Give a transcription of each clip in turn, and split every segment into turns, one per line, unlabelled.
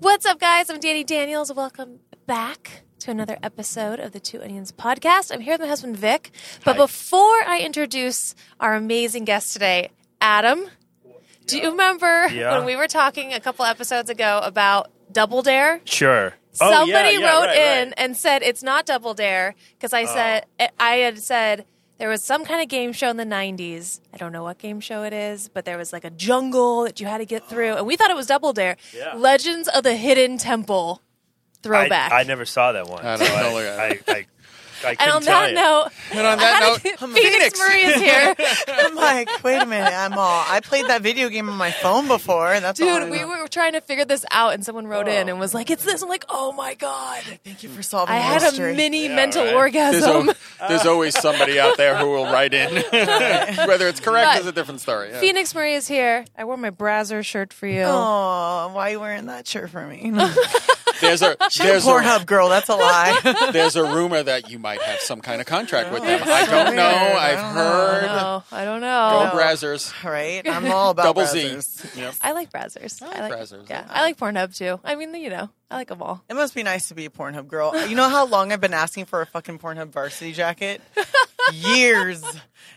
What's up, guys? I'm Danny Daniels. Welcome back to another episode of the Two Onions podcast. I'm here with my husband, Vic. But before I introduce our amazing guest today, Adam, do you remember
Yeah.
when we were talking a couple episodes ago about Double Dare?
Sure. Oh, yeah,
Somebody
yeah,
wrote
right, right. Oh.
in and said it's not Double Dare because I said I had said there was some kind of game show in the '90s. I don't know what game show it is, but there was like a jungle that you had to get through, and we thought it was Double Dare.
Yeah.
Legends of the Hidden Temple
I-
throwback.
I, never saw that one.
I
so
don't know. Look
I,
at
I, I, I
and
couldn't
on
tell
that
you.
note,
And on that
how
note,
did-
I'm
Phoenix
Phoenix.
Marie is here.
I'm like, wait a minute, I'm all. I played that video game on my phone before. That's all I
Dude, we
know.
were trying to figure this out, and someone wrote
Oh.
in and was like, "It's this." I'm like, "Oh my god!"
Thank you for solving
I
the
had
mystery.
a mini mental
right.
There's,
orgasm.
al- there's always somebody out there who will write in. Whether it's correct
But-
is a different story. yeah.
Phoenix Marie is here. I wore my Brazzer shirt for you.
Oh, why are you wearing that shirt for me?
There's a there's a,
Pornhub girl, that's a lie.
there's a rumor that you might have some kind of contract with them. I don't know.
Weird. I
I've
don't
heard.
No, I don't
Go
know.
Brazzers.
all right, I'm all about
Double
browsers.
Z. Yep.
I like Brazzers. I like,
Brazzers.
Yeah, I like Pornhub too. I mean, you know, I like them all.
It must be nice to be a Pornhub girl. You know how long I've been asking for a fucking Pornhub varsity jacket? Years.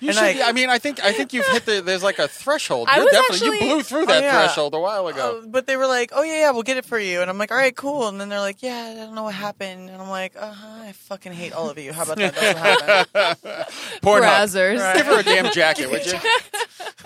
You
And
should
like-
be- I mean, I think I think you've hit the. There's like a threshold.
I
You're
was
definitely
actually-
you blew through that
Oh, yeah.
threshold a while
Oh,
ago.
but they were like, "Oh yeah, yeah, we'll get it for you," and I'm like, "All right, cool." And then they're like, "Yeah, I don't know what happened," and I'm like, "Uh huh, I fucking hate all of you. How about that? That's what happened."
Pornhub.
Brazzers.
Give her a damn jacket, would you?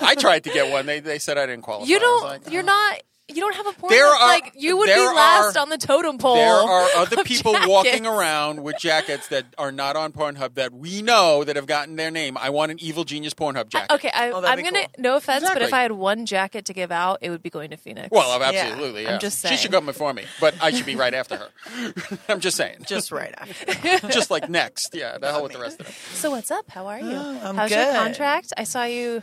I tried to get one. They they said I didn't qualify.
You
I was
don't.
like,
you're
"Oh."
not. You don't have a Pornhub.
There are-
like you would be
there
last
are-
on the totem pole.
There are other
of
people
jackets.
walking around with jackets that are not on Pornhub that we know that have gotten their name. I want an evil genius Pornhub jacket.
Okay, I,
Oh, that'd
I'm
be
gonna.
cool.
No offense, but if
Exactly.
I had one jacket to give out, it would be going to Phoenix.
Well, oh,
Yeah,
absolutely. Yeah,
I'm just
She
saying.
should come before me, but I should be right after her. I'm just saying. Just,
Just right after.
like next. Yeah, the hell with the rest of them.
so what's up? How are you?
Oh, I'm
How's your
good.
contract? I saw you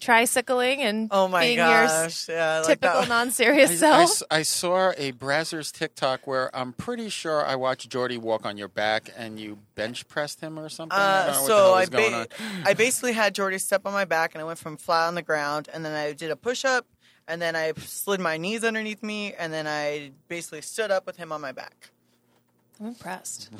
tricycling and
Oh my
being
gosh!
your
yeah, like
typical
that-
non-serious
I,
self.
s- I saw a Brazzers TikTok where I'm pretty sure I watched Jordy walk on your back and you bench pressed him or something. I don't
Uh,
know what the
so
hell
I
was going on.
ba- I basically had Jordy step on my back, and I went from flat on the ground, and then I did a push up, and then I slid my knees underneath me, and then I basically stood up with him on my back.
I'm impressed.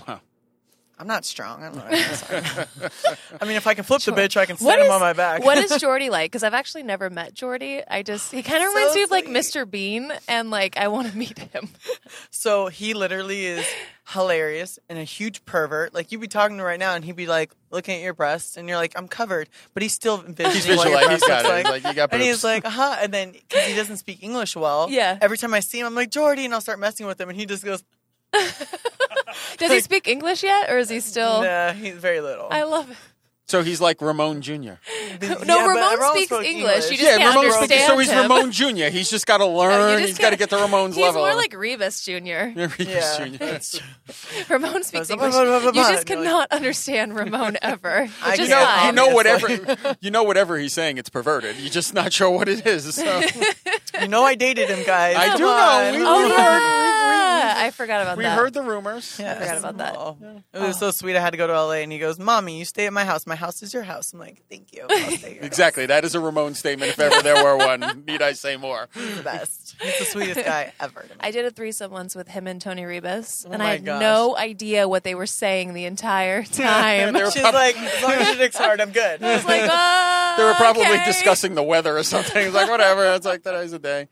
I'm not strong. I'm not, I'm sorry. I mean, if I can flip the bitch, I can
What
stand him
is-
on my back.
what is Jordy like? Because I've actually never met Jordy. I just he kind of reminds me of like
sweet.
Mr. Bean, and like I want to meet him.
So he literally is hilarious and a huge pervert. Like you'd be talking to him right now, and he'd be like looking at your breasts, and you're like, "I'm covered," but he's still envisioning what your
visualizing-
breasts
he's got
looks
it. He's like, "You got
and
boobs."
he's like, "Uh huh." And then because he doesn't speak English well,
Yeah.
Every time I see him, I'm like Jordy, and I'll start messing with him, and he just goes,
Does he speak English yet, or is he still?
"Nah, he's very little."
I love it.
So he's like Ramon Jr.
no,
Ramon speaks English. You just-
Yeah,
can't
Ramon speaks-
understand
So he's
him.
Ramon Jr. He's just got to learn.
just
he's got to
can't-
get to Ramon's
He's
level.
more like Rebus Jr.
yeah.
Yeah.
Ramon speaks
Blah,
English.
blah, blah, blah,
You
blah.
just
You're like-
cannot understand Ramon ever. Which
I
is
You know,
Yeah.
you
fine.
know
Obviously.
whatever you know whatever he's saying, it's perverted. You're just not sure what it is. So.
You know, I dated him, guys.
I do
Come
know.
on.
We,
Oh
we
yeah, I forgot about
heard, we
that.
heard the rumors.
Yes.
forgot about that.
Oh. It was so sweet. I had to go to LA, and he goes, "Mommy, you stay at my house. My house is your house." I'm like, "Thank you." I'll stay at your house."
Exactly. That is a Ramon statement, if ever there were one. Need I say more?
the best. He's the sweetest guy ever. To me.
I did a threesome once with him and Tony Rebus,
Oh
and I
my
had
gosh.
no idea what they were saying the entire time. I
They were,
She's
prob-
like, as long as your dick's hard, I'm good.
was like, oh,
they were probably
okay."
discussing the weather or something. It's like whatever. It's like today's the day.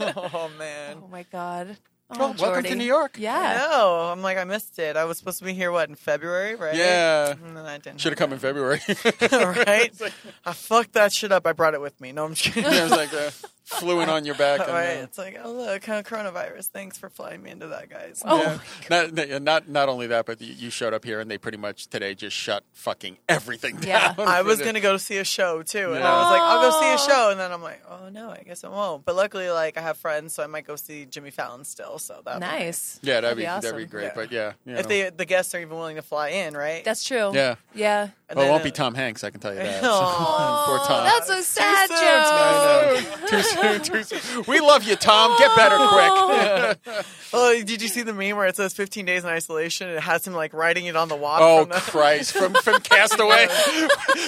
oh man.
Oh my god! Oh,
Well, welcome to
Jordy.
New York.
Yeah,
No, I'm like, I missed it. I was supposed to be here what in February, right?
Yeah.
And then I didn't.
Should have come in February.
right? I fucked that shit up. I brought it with me. No, I'm just kidding.
I was like, uh, flew in on your back. and, uh,
Right? It's like, oh look, huh, coronavirus. Thanks for flying me into that, guys.
yeah. not, not- not not only that, but you- you showed up here and they pretty much today just shut fucking everything
Yeah.
down.
I
for
was
the-
gonna go see a show too, and
Yeah.
I was like, I'll go see a show, and then I'm like, oh no, I guess I won't. But luckily, like I have friends, so I might go see Jimmy Fallon still. So that
Nice.
Yeah, that'd,
That'd
be,
be
that'd be
awesome.
great.
Yeah.
But yeah, you
if
know.
they the guests are even willing to fly in, right?
That's true.
Yeah.
Yeah.
And
well, Oh, it
then,
won't
uh,
be Tom Hanks. I can tell you that.
Aw,
Poor Tom.
Oh, That's so sad,
soon,
Joe.
Too soon, too soon. We love you, Tom. Get better quick.
Oh, did you see the meme where it says 15 days in isolation? and It has him like riding it on the walk.
oh
from the-
Christ! From from Castaway,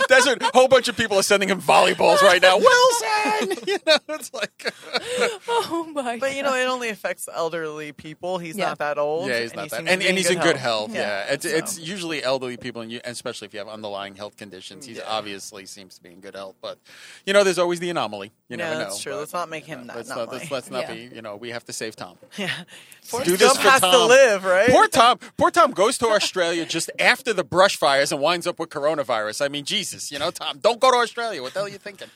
that's a whole bunch of people are sending him volleyballs right now. Wilson, you know, it's like
Oh my.
But you know, it only affects elderly people. He's
Yeah.
not that old.
yeah, he's not
he
that,
seems
and,
to
and
be
he's in good health.
Yeah.
Yeah, it's
So-
it's usually elderly people, and you, and especially if you have underlying health conditions, he
Yeah.
obviously seems to be in good health. But you know, there's always the anomaly. You
No,
never know.
that's true.
but,
Let's not make him
you know,
that
Let's not,
anomaly.
let's, let's not
Yeah.
be. You know, we have to save Tom.
Poor
do this
Trump
for
has to
Tom.
live, right?
Poor Tom. Poor Tom goes to Australia just after the brush fires and winds up with coronavirus. I mean, Jesus, you know, Tom, don't go to Australia. What the hell are you thinking?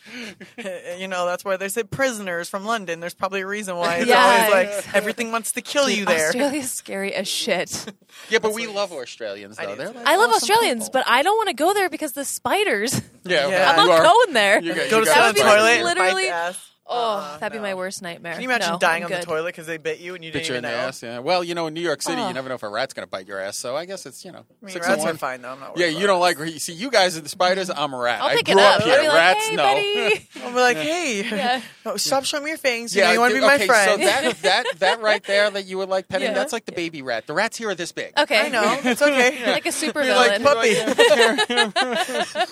you know, that's why they said prisoners from London. There's probably a reason why it's
Yeah.
always like everything wants to kill you there.
Australia's scary as shit.
Yeah, but we love Australians though.
do
They're
too.
like
I love
awesome
Australians,
people.
but I don't want to go there because the spiders.
yeah,
Yeah.
you
I'm not
are-
going there.
you got-
Go to
you
That
got
sit
would
on the
be
invited.
toilet,
literally-
bite the ass.
Oh,
Uh-uh,
that'd be
no.
my worst nightmare.
Can you imagine
No,
dying
I'm
on
good.
the toilet because they bit you and you didn't
Picture in
even
the
know?
ass, yeah. Well, you know, in New York City,
Oh.
you never know if a rat's going to bite your ass. So I guess it's you know
Ah. I mean,
six to
rats
one.
are Mm-hmm. fine though. I'm not.
Yeah,
worried
you
about
don't like. See, you guys are the spiders. I'm a rat.
I'll
I
pick
grew
it up.
up here.
I'll be like,
rats,
hey,
no.
buddy.
it. I'll be like, hey,
Yeah.
no, stop showing me your fangs. You know, you want to
dude,
be my
okay,
friend.
So that that that right there that you would like petting,
Yeah.
that's like the baby rat. The rats here are this big.
Okay.
I know. It's okay.
Like a super
You're like,
villain.
"Put
Puppy.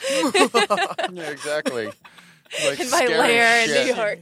Yeah, exactly. Like
in my
scary
lair in
shit.
New York.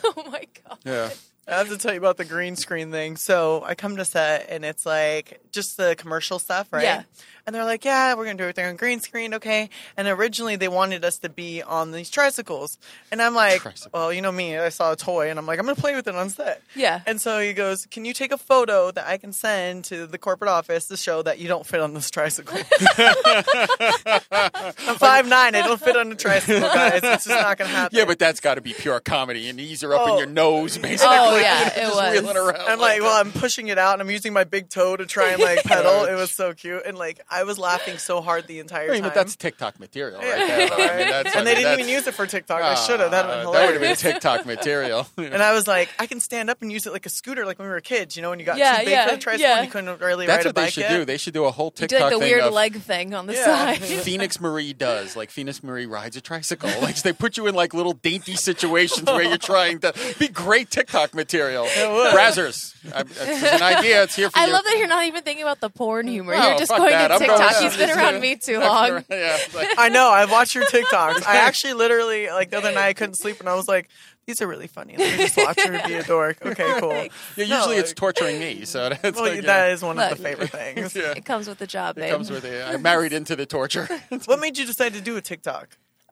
oh my god.
Yeah.
I have to tell you about the green screen thing. So I come to set and it's like just the commercial stuff, right?
Yeah.
And they're like, yeah, we're going to do everything on green screen, okay? And originally they wanted us to be on these tricycles. And I'm like,
Tricycle.
well, you know me, I saw a toy and I'm like, I'm going to play with it on set.
Yeah.
And so he goes, can you take a photo that I can send to the corporate office to show that you don't fit on this tricycle? I'm 5'9", I don't fit on a tricycle, guys. It's just not going to happen.
Yeah, but that's got to be pure comedy. And these are up in
Oh.
your nose, basically.
Oh, yeah, it
just
was.
wheeling around.
I'm like, well, I'm pushing it out and I'm using my big toe to try and like pedal. It was so cute. And like, I was laughing so hard the entire
I
time.
mean, but that's TikTok material, right there. though. I mean, that's,
and they
I mean,
didn't even
that's-
use it for TikTok. I should have. That would
Ah,
have been
that would have
hilarious.
been TikTok material.
and I was like, I can stand up and use it like a scooter, like when we were kids, you know, when you got
Yeah,
too big
yeah,
for the tricycle
yeah.
and you couldn't really
That's
ride
what
a
they
bike
should
yet.
do. They should do a whole
You
TikTok
did like the
thing
weird
of
leg thing on the
Yeah.
side.
Phoenix Marie does. Like Phoenix Marie rides a tricycle. Like they put you in like little dainty situations where you're trying to be great TikTok material. Brazzers, I- that's an idea. It's here for
I
you.
love that you're not even thinking about the porn humor.
No,
you're just
Oh, fuck
going
that.
to
I'm
TikTok.
going
He's
out.
been around me too long.
yeah, it's like,
I know. I've watched your TikToks. I actually literally, like, the other night I couldn't sleep and I was like, these are really funny. Let me just watch her be a dork. Okay, cool.
yeah, usually
No,
it's
like-
torturing me. So that's
Well,
like, you
that
know,
is one
Look.
of the favorite things.
Yeah.
It comes with the job, babe.
it comes with it. I married into the torture.
What made you decide to do a TikTok?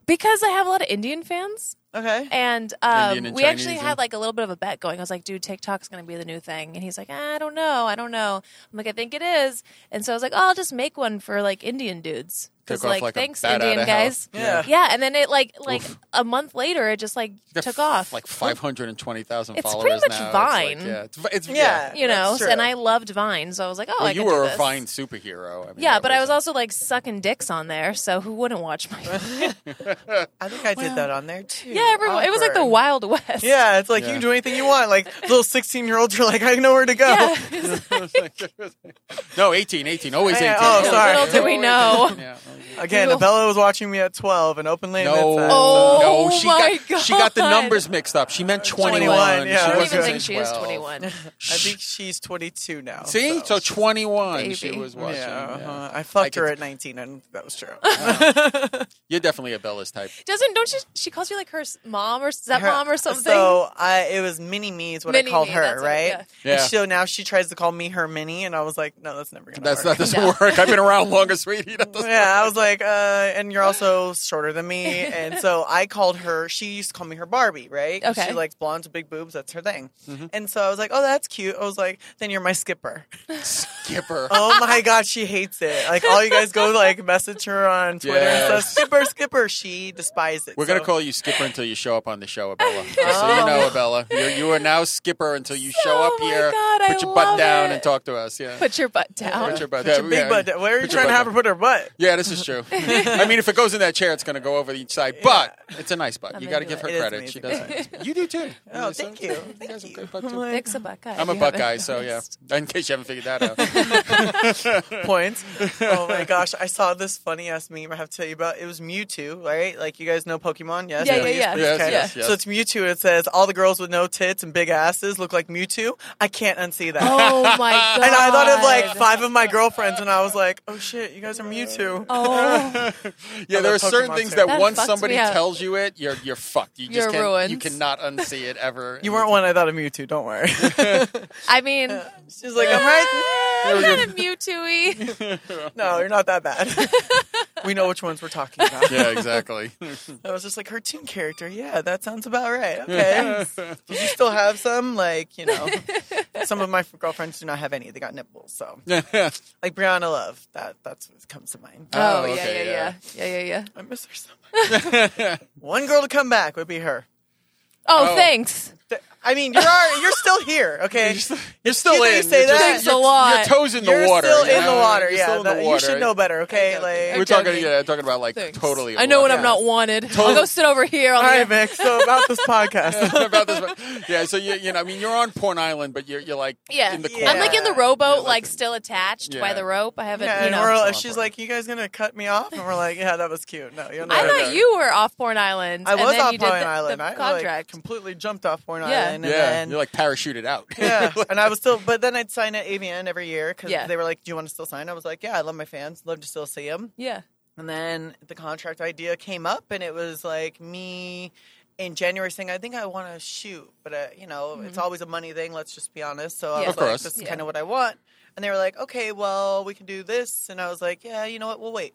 because I have a lot of Indian fans.
Okay.
And, um,
Indian and
we actually
Chinese,
had
huh?
like a little bit of a bet going. I was like, dude, TikTok's going to be the new thing. And he's like, "Ah, I don't know. I don't know. I'm like, I think it is. And so I was like, oh, I'll just make one for like Indian dudes. Because
Took off
like,
like a
thanks,
bat
Indian
outta hell.
guys.
Yeah.
Yeah. And then it like, like a month later, it just like took off.
like five hundred and twenty thousand
It's pretty
followers.
much
now.
Vine.
It's like, yeah, it's, it's
Yeah.
you know,
That's true.
and I loved Vine. So I was like, oh,
Well,
I
you
could do
were a
this.
Vine superhero. I mean,
Yeah,
that
but I was also like sucking dicks on there, so who wouldn't watch my?
I think I did that on there too.
yeah, everyone. It was like the
Awkward.
Wild West.
Yeah, it's like you
Yeah.
can do anything you want. Like little sixteen year olds are like, I know where to go.
Yeah.
no 18, 18, always
Hey,
eighteen.
oh,
Yeah.
sorry.
Little do we know.
Yeah.
Again,
Google.
Abella was watching me at twelve and open lane.
No,
that's that.
Oh
no, she
my
got she got the
God.
numbers mixed up. She meant twenty
21,
one.
yeah.
She
I don't
wasn't
even think
saying
she is
12.
21.
I think she's twenty two now.
See, so twenty one. She
Baby.
was
Oh, yeah,
watching. yeah.
uh-huh. I fucked
I
her
could-
at nineteen, and that was true.
You're definitely a Bella's type.
Doesn't don't she? She calls you like her s- mom or stepmom or something.
So I, it was Mini Me is what
Mini
I called
Me,
her,
that's what-
right?
yeah. Yeah.
And so now she tries to call me her Minnie, and I was like, no, that's never gonna
That's
work.
that doesn't
No.
work. I've been around longer, sweetie. That doesn't
Yeah, I was like, like, uh, and you're also shorter than me. And so I called her, she used to call me her Barbie, right? 'Cause
Okay.
She likes blondes with big boobs, that's her thing.
Mm-hmm.
And so I was like, oh, that's cute. I was like, then you're my skipper.
Skipper.
Oh my God, she hates it. Like, all you guys go, like, message her on Twitter and
Yes.
stuff. Skipper, skipper. She despises it.
We're going
So-
to call you Skipper until you show up on the show, Abella. Just so you know, Abella. You're, you are now Skipper until you show
Oh
up
my
here,
God,
put
I
your
love
butt down,
it.
and talk to us. Yeah.
Put your butt down.
Put your butt
Put
down.
your big
Yeah.
butt down. Where are you
Put your
trying to
butt
have her
down.
put her butt?
Yeah, this is true. I mean, if it goes in that chair, it's going to go over each side, but it's a nice butt. you got to
Amazing.
give her
It is
credit. She does
amazing.
it. You do too.
Oh,
Yeah, so-
thank you.
guys
Thank
are
you.
good butt, too.
Like,
Dick's a Buckeye. if
I'm a
you haven't
Buckeye, so yeah.
noticed.
In case you haven't figured that out.
points. Oh my gosh, I saw this funny ass meme I have to tell you about. It was Mewtwo, right? Like you guys know Pokemon, yes?
Yeah, yeah,
Please,
yeah.
please,
Yes,
okay.
yes, yes.
So it's Mewtwo. It says all the girls with no tits and big asses look like Mewtwo. I can't unsee that.
Oh my god!
And I thought of like five of my girlfriends, and I was like, "Oh shit, you guys are Mewtwo."
Oh,
Yeah, there are
love
certain
Pokemon
things
too.
that,
That
once
fucks
somebody
me up.
tells you it, you're you're fucked. You just
You're
can't, You
ruined.
cannot unsee it ever.
You weren't one I thought of Mewtwo. Don't worry.
I mean,
She's like, "I'm right."
I'm kind of Mewtwo-y.
No, you're not that bad. We know which ones we're talking about.
Yeah, exactly.
I was just like, "Cartoon character, yeah, that sounds about right." Okay. Did you still have some? Like, you know, some of my girlfriends do not have any. They got nipples. So, like Brianna Love, that that's what comes to mind.
Oh,
Oh, yeah,
okay,
yeah, yeah, yeah, yeah, yeah.
I miss her so much. One girl to come back would be her.
Oh,
Oh.
thanks.
Th- I mean, you're already, you're still here, okay?
you're still
You
in.
think they say
You're just-
that?
Thanks a
your-
lot.
Your toes in the
You're
water.
still
you
in the
know?
water.
You're
yeah,
still in
that-
the water.
you should know better, okay? Like,
We're talking.
joking.
Yeah, talking about like
Thanks.
totally.
I know when I'm
Yeah.
not wanted. I'll go sit over here.
all right,
On the
Vic. So about this podcast,
about this. one. Yeah, so you, you know, I mean, you're on Porn Island, but you're you're like
yeah,
in the
Yeah.
corner.
I'm like in the rowboat, like, still attached by
Yeah.
the rope. I haven't,
yeah,
you
and
know.
we're, all-
Awkward.
she's like, "You guys gonna cut me off?" And we're like, "Yeah, that was cute." No, you're
I
not.
thought you were off Porn Island.
I
and
was
then
off
you
Point
did the,
Island.
The
I like,
contract.
completely jumped off Point
Yeah.
Island, and
yeah,
then
you're like parachuted out.
yeah, and I was still, but then I'd sign at AVN every year because
Yeah.
they were like, "Do you want to still sign?" I was like, "Yeah, I love my fans, love to still see them."
yeah.
And then the contract idea came up, and it was like me in January saying, "I think I want to shoot," but uh, you know, it's always a money thing. Let's just be honest. So
Mm-hmm.
I
Yeah.
was
Of
like,
course.
"This is
Yeah.
kind of what I want." And they were like, "Okay, well, we can do this," and I was like, "Yeah, you know what? We'll wait.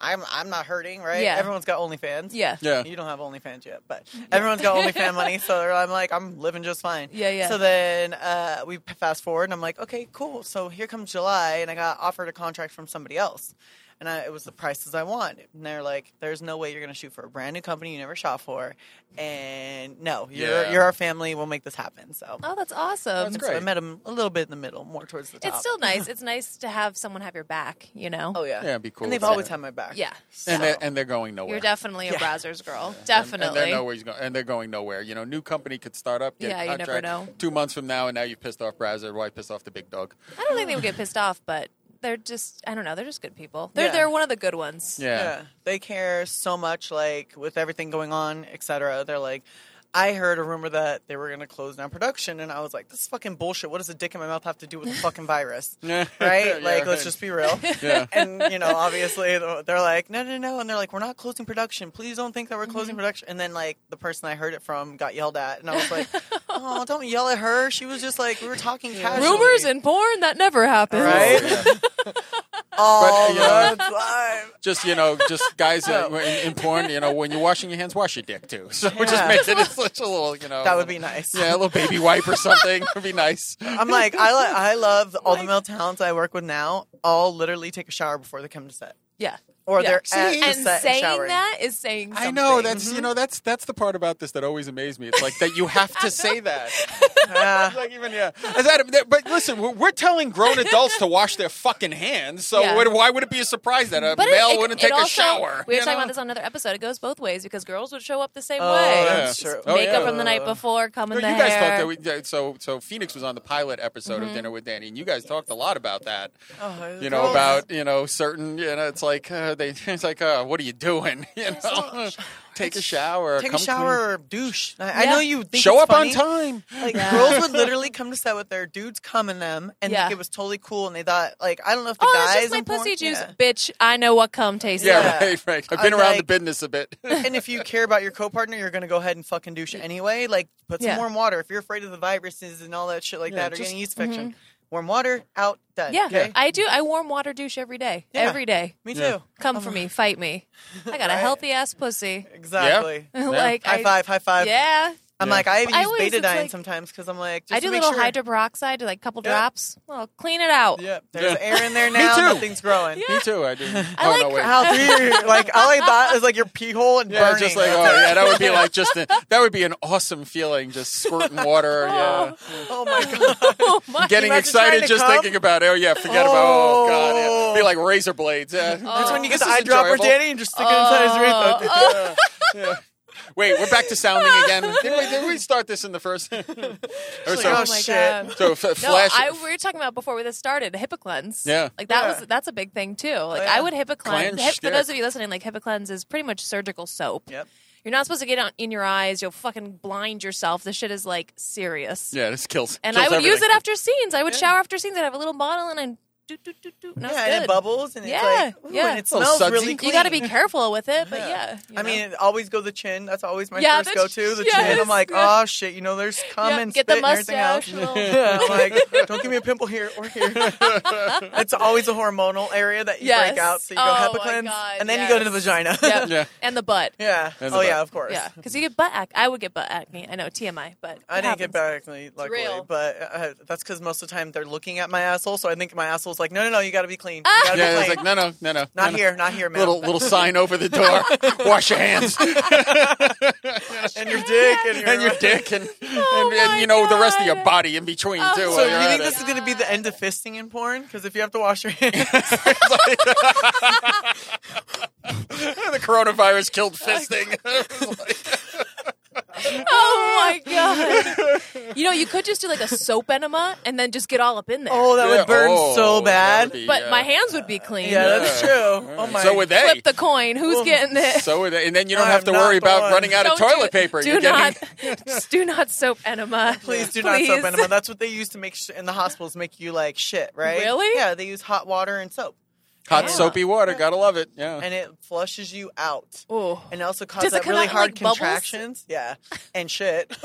I'm I'm not hurting, right?
Yeah.
Everyone's got OnlyFans.
Yeah.
yeah.
You don't have OnlyFans yet, but everyone's got OnlyFans money, so I'm like, I'm living just fine.
Yeah, yeah.
So then uh, we p- fast forward, and I'm like, okay, cool. So here comes July, and I got offered a contract from somebody else, and I, it was the prices I wanted. And they're like, there's no way you're going to shoot for a brand new company you never shot for, and no, you're
Yeah.
you're our family. We'll make this happen. So,
Oh, that's awesome.
That's
so I
great.
met him a little bit in the middle, more towards the top.
It's still nice. It's nice to have someone have your back. You know.
oh yeah,
Yeah, it'd be cool
And they've
to-
always had my back.
yeah.
And they're, and they're going nowhere.
You're definitely a
Yeah.
Brazzers girl.
And-
Definitely.
And they're nowhere. he's go- And they're going nowhere. You know, new company could start up. Get
Yeah, you
a
never
contract
know.
Two months from now, and now you pissed off Brazzer. Why pissed off the big dog?
I don't think they would get pissed off, but they're just I don't know, they're just good people. They're
Yeah.
they're one of the good ones.
Yeah.
Yeah. They care so much, like with everything going on, et cetera. They're like, I heard a rumor that they were going to close down production, and I was like, this is fucking bullshit. What does a dick in my mouth have to do with the fucking virus?
Yeah.
right?
Yeah,
like,
right.
let's just be real.
Yeah.
And, you know, obviously they're like, no, no, no. And they're like, we're not closing production. Please don't think that we're
Mm-hmm.
closing production. And then, like, the person I heard it from got yelled at, and I was like, oh, don't yell at her. She was just like, we were talking casually.
Rumors and porn that never happens.
Right? all
But, you know-
the time.
Just you know, just guys uh, in, in porn. You know, when you're washing your hands, wash your dick too. So it just
Yeah.
makes it such a little. You know,
That would be nice.
Yeah, a little baby wipe or something would be nice.
I'm like, I li- I love all the male talents I work with now. All literally take a shower before they come to set,
Yeah.
or
Yeah.
they're at the
and
set
saying
and showering.
that is saying something.
I know that's
Mm-hmm.
you know that's that's the part about this that always amazed me. It's like that you have to say that.
Yeah.
like even yeah. Is that, but listen, we're, we're telling grown adults to wash their fucking hands. So
Yeah.
what, why would it be a surprise that a
But it-
male
it-
wouldn't
it
take a
also-
shower?
We were
you
talking
know?
about this on another episode. It goes both ways because girls would show up the same
Oh,
way.
that's
Yeah.
true.
Oh,
Makeup
yeah.
from the night before, coming
No, you
the
guys
hair.
talked that we, yeah, so so Phoenix was on the pilot episode
Mm-hmm.
of Dinner with Danny, and you guys talked a lot about that.
Oh,
You know
girls.
about you know certain you know it's like uh, they it's like uh, what are you doing? You know, take a shower,
Take
come
a shower or douche. I, I
Yeah.
know you
clean.
think
show
it's
up
funny.
on time.
Like
Yeah.
girls would literally come to set with their dudes coming them, and
Yeah.
think it was totally cool. And they thought, like, I don't know if the
Oh,
guys
that's just my
in porn-
pussy juice,
Yeah.
bitch. I know what cum tastes
Yeah,
like.
Yeah.
right, right. I've
I'm
been around the
like-
business a bit.
and if you care about your co-partner, you're going to go ahead and fucking douche anyway. Like, put some
Yeah.
warm water. If you're afraid of the viruses and all that shit like
Yeah,
that, or
just-
getting yeast infection, warm water out done.
Mm-hmm. Yeah,
okay?
I do. I warm water douche every day.
Yeah.
Every day.
me too.
Yeah.
Come for me, fight me. I got a
Oh Right.
healthy ass pussy.
Exactly.
like
High
I,
five, high five.
Yeah,
I'm
Yeah.
like, I even
I
use
always- it's
betadine
like-
sometimes because I'm like, just
I do
to
a
make
little
sure.
hydro peroxide, like couple
Yeah.
drops. Well, clean it out.
Yep, there's
Yeah.
air in there now.
too.
Nothing's growing.
Me too. I do.
I
oh
like
no, wait.
How dare you? Like all I thought was like your pee hole and
Yeah,
burning.
just like oh yeah, that would be like just a, that would be an awesome feeling, just squirting water. Yeah,
oh my god.
Oh my!
getting
Imagine trying
excited
to
just
come.
thinking about it. Oh yeah, forget about. Oh god,
Oh.
yeah. be like razor blades. Yeah.
That's when you get
This
the
is
eyedropper,
enjoyable.
Danny, and just stick it
Oh.
inside his urethra.
Wait, we're back to sounding again. Didn't we, didn't we start this in the first? or
oh,
so,
oh my
shit.
god!
so f-
No,
flash.
I, we were talking about before this started HIPAA cleanse.
Yeah.
like that
Yeah. Oh,
was that's a big thing too. Like
yeah.
I would HIPAA cleanse.
Cleanse,
Hip, for
yeah.
those of you listening, like HIPAA cleanse is pretty much surgical soap.
Yep.
You're not supposed to get it on- in your eyes. You'll fucking blind yourself. This shit is like serious.
yeah, this kills.
And
kills
I would use
everything.
it after scenes. I would shower after scenes. I'd have a little bottle and I'd do do do do. No,
yeah, and it bubbles, and
Yeah,
it's like, ooh,
yeah.
and it
Little
smells
sudsy.
really
You
clean.
You got to be careful with it, but yeah. you
I
know.
mean, it always go the chin. That's always my
Yeah,
first
the
go
ch-
to the
yes.
chin. I'm like,
Yeah.
oh shit, you know, there's cum
Yeah,
and
get
spit
the
and everything else.
mustache. little-
Yeah, I'm like, don't give me a pimple here or here. it's always a hormonal area that you
Yes.
break out. So you
Oh,
go
my
HEPA cleanse,
God,
and then you go to the
yes.
vagina.
Yep.
Yeah.
And the butt.
yeah.
That's
oh
about-
yeah, of course.
Yeah, because you get butt acne. I would get butt acne. I know TMI, but
I
it
didn't
happens.
get back acne, luckily,
real.
but uh, that's because most of the time they're looking at my asshole, so I think my asshole's like, no, no, no, you got to be clean. You gotta
Yeah,
be
it's
clean.
like no, no, no, no.
not
no, no.
here, not here, man.
Little little sign over the door. Wash your hands
and your dick and your,
and your dick, and and,
Oh my
and you know the rest of your
God. Oh.
body in between too.
So
while
you
you're at
think
it.
this is going to be the end of fisting in porn? Because if you have to wash your hands,
the coronavirus killed fisting.
Oh my god! you know, you could just do like a soap enema and then just get all up in there.
oh, that would burn so bad.
but my hands would be clean.
yeah, that's true. Oh my.
So would they.
Flip the coin. Who's getting it?
So would they. And then you don't
I
have to
am not
worry
the
about
one.
running out of
Don't do
toilet
it.
paper.
Do
You're getting-
not, just do not soap enema.
Please do not soap enema. That's what they used to make sh- in the hospitals. Make you like shit, right?
Really?
Yeah, they use hot water and soap,
hot
Yeah.
soapy water. Gotta love it. Yeah.
and it flushes you out.
Ooh.
And also
Does
causes
it
that
come
really
out in,
hard
like, bubbles?
contractions. Yeah, and shit.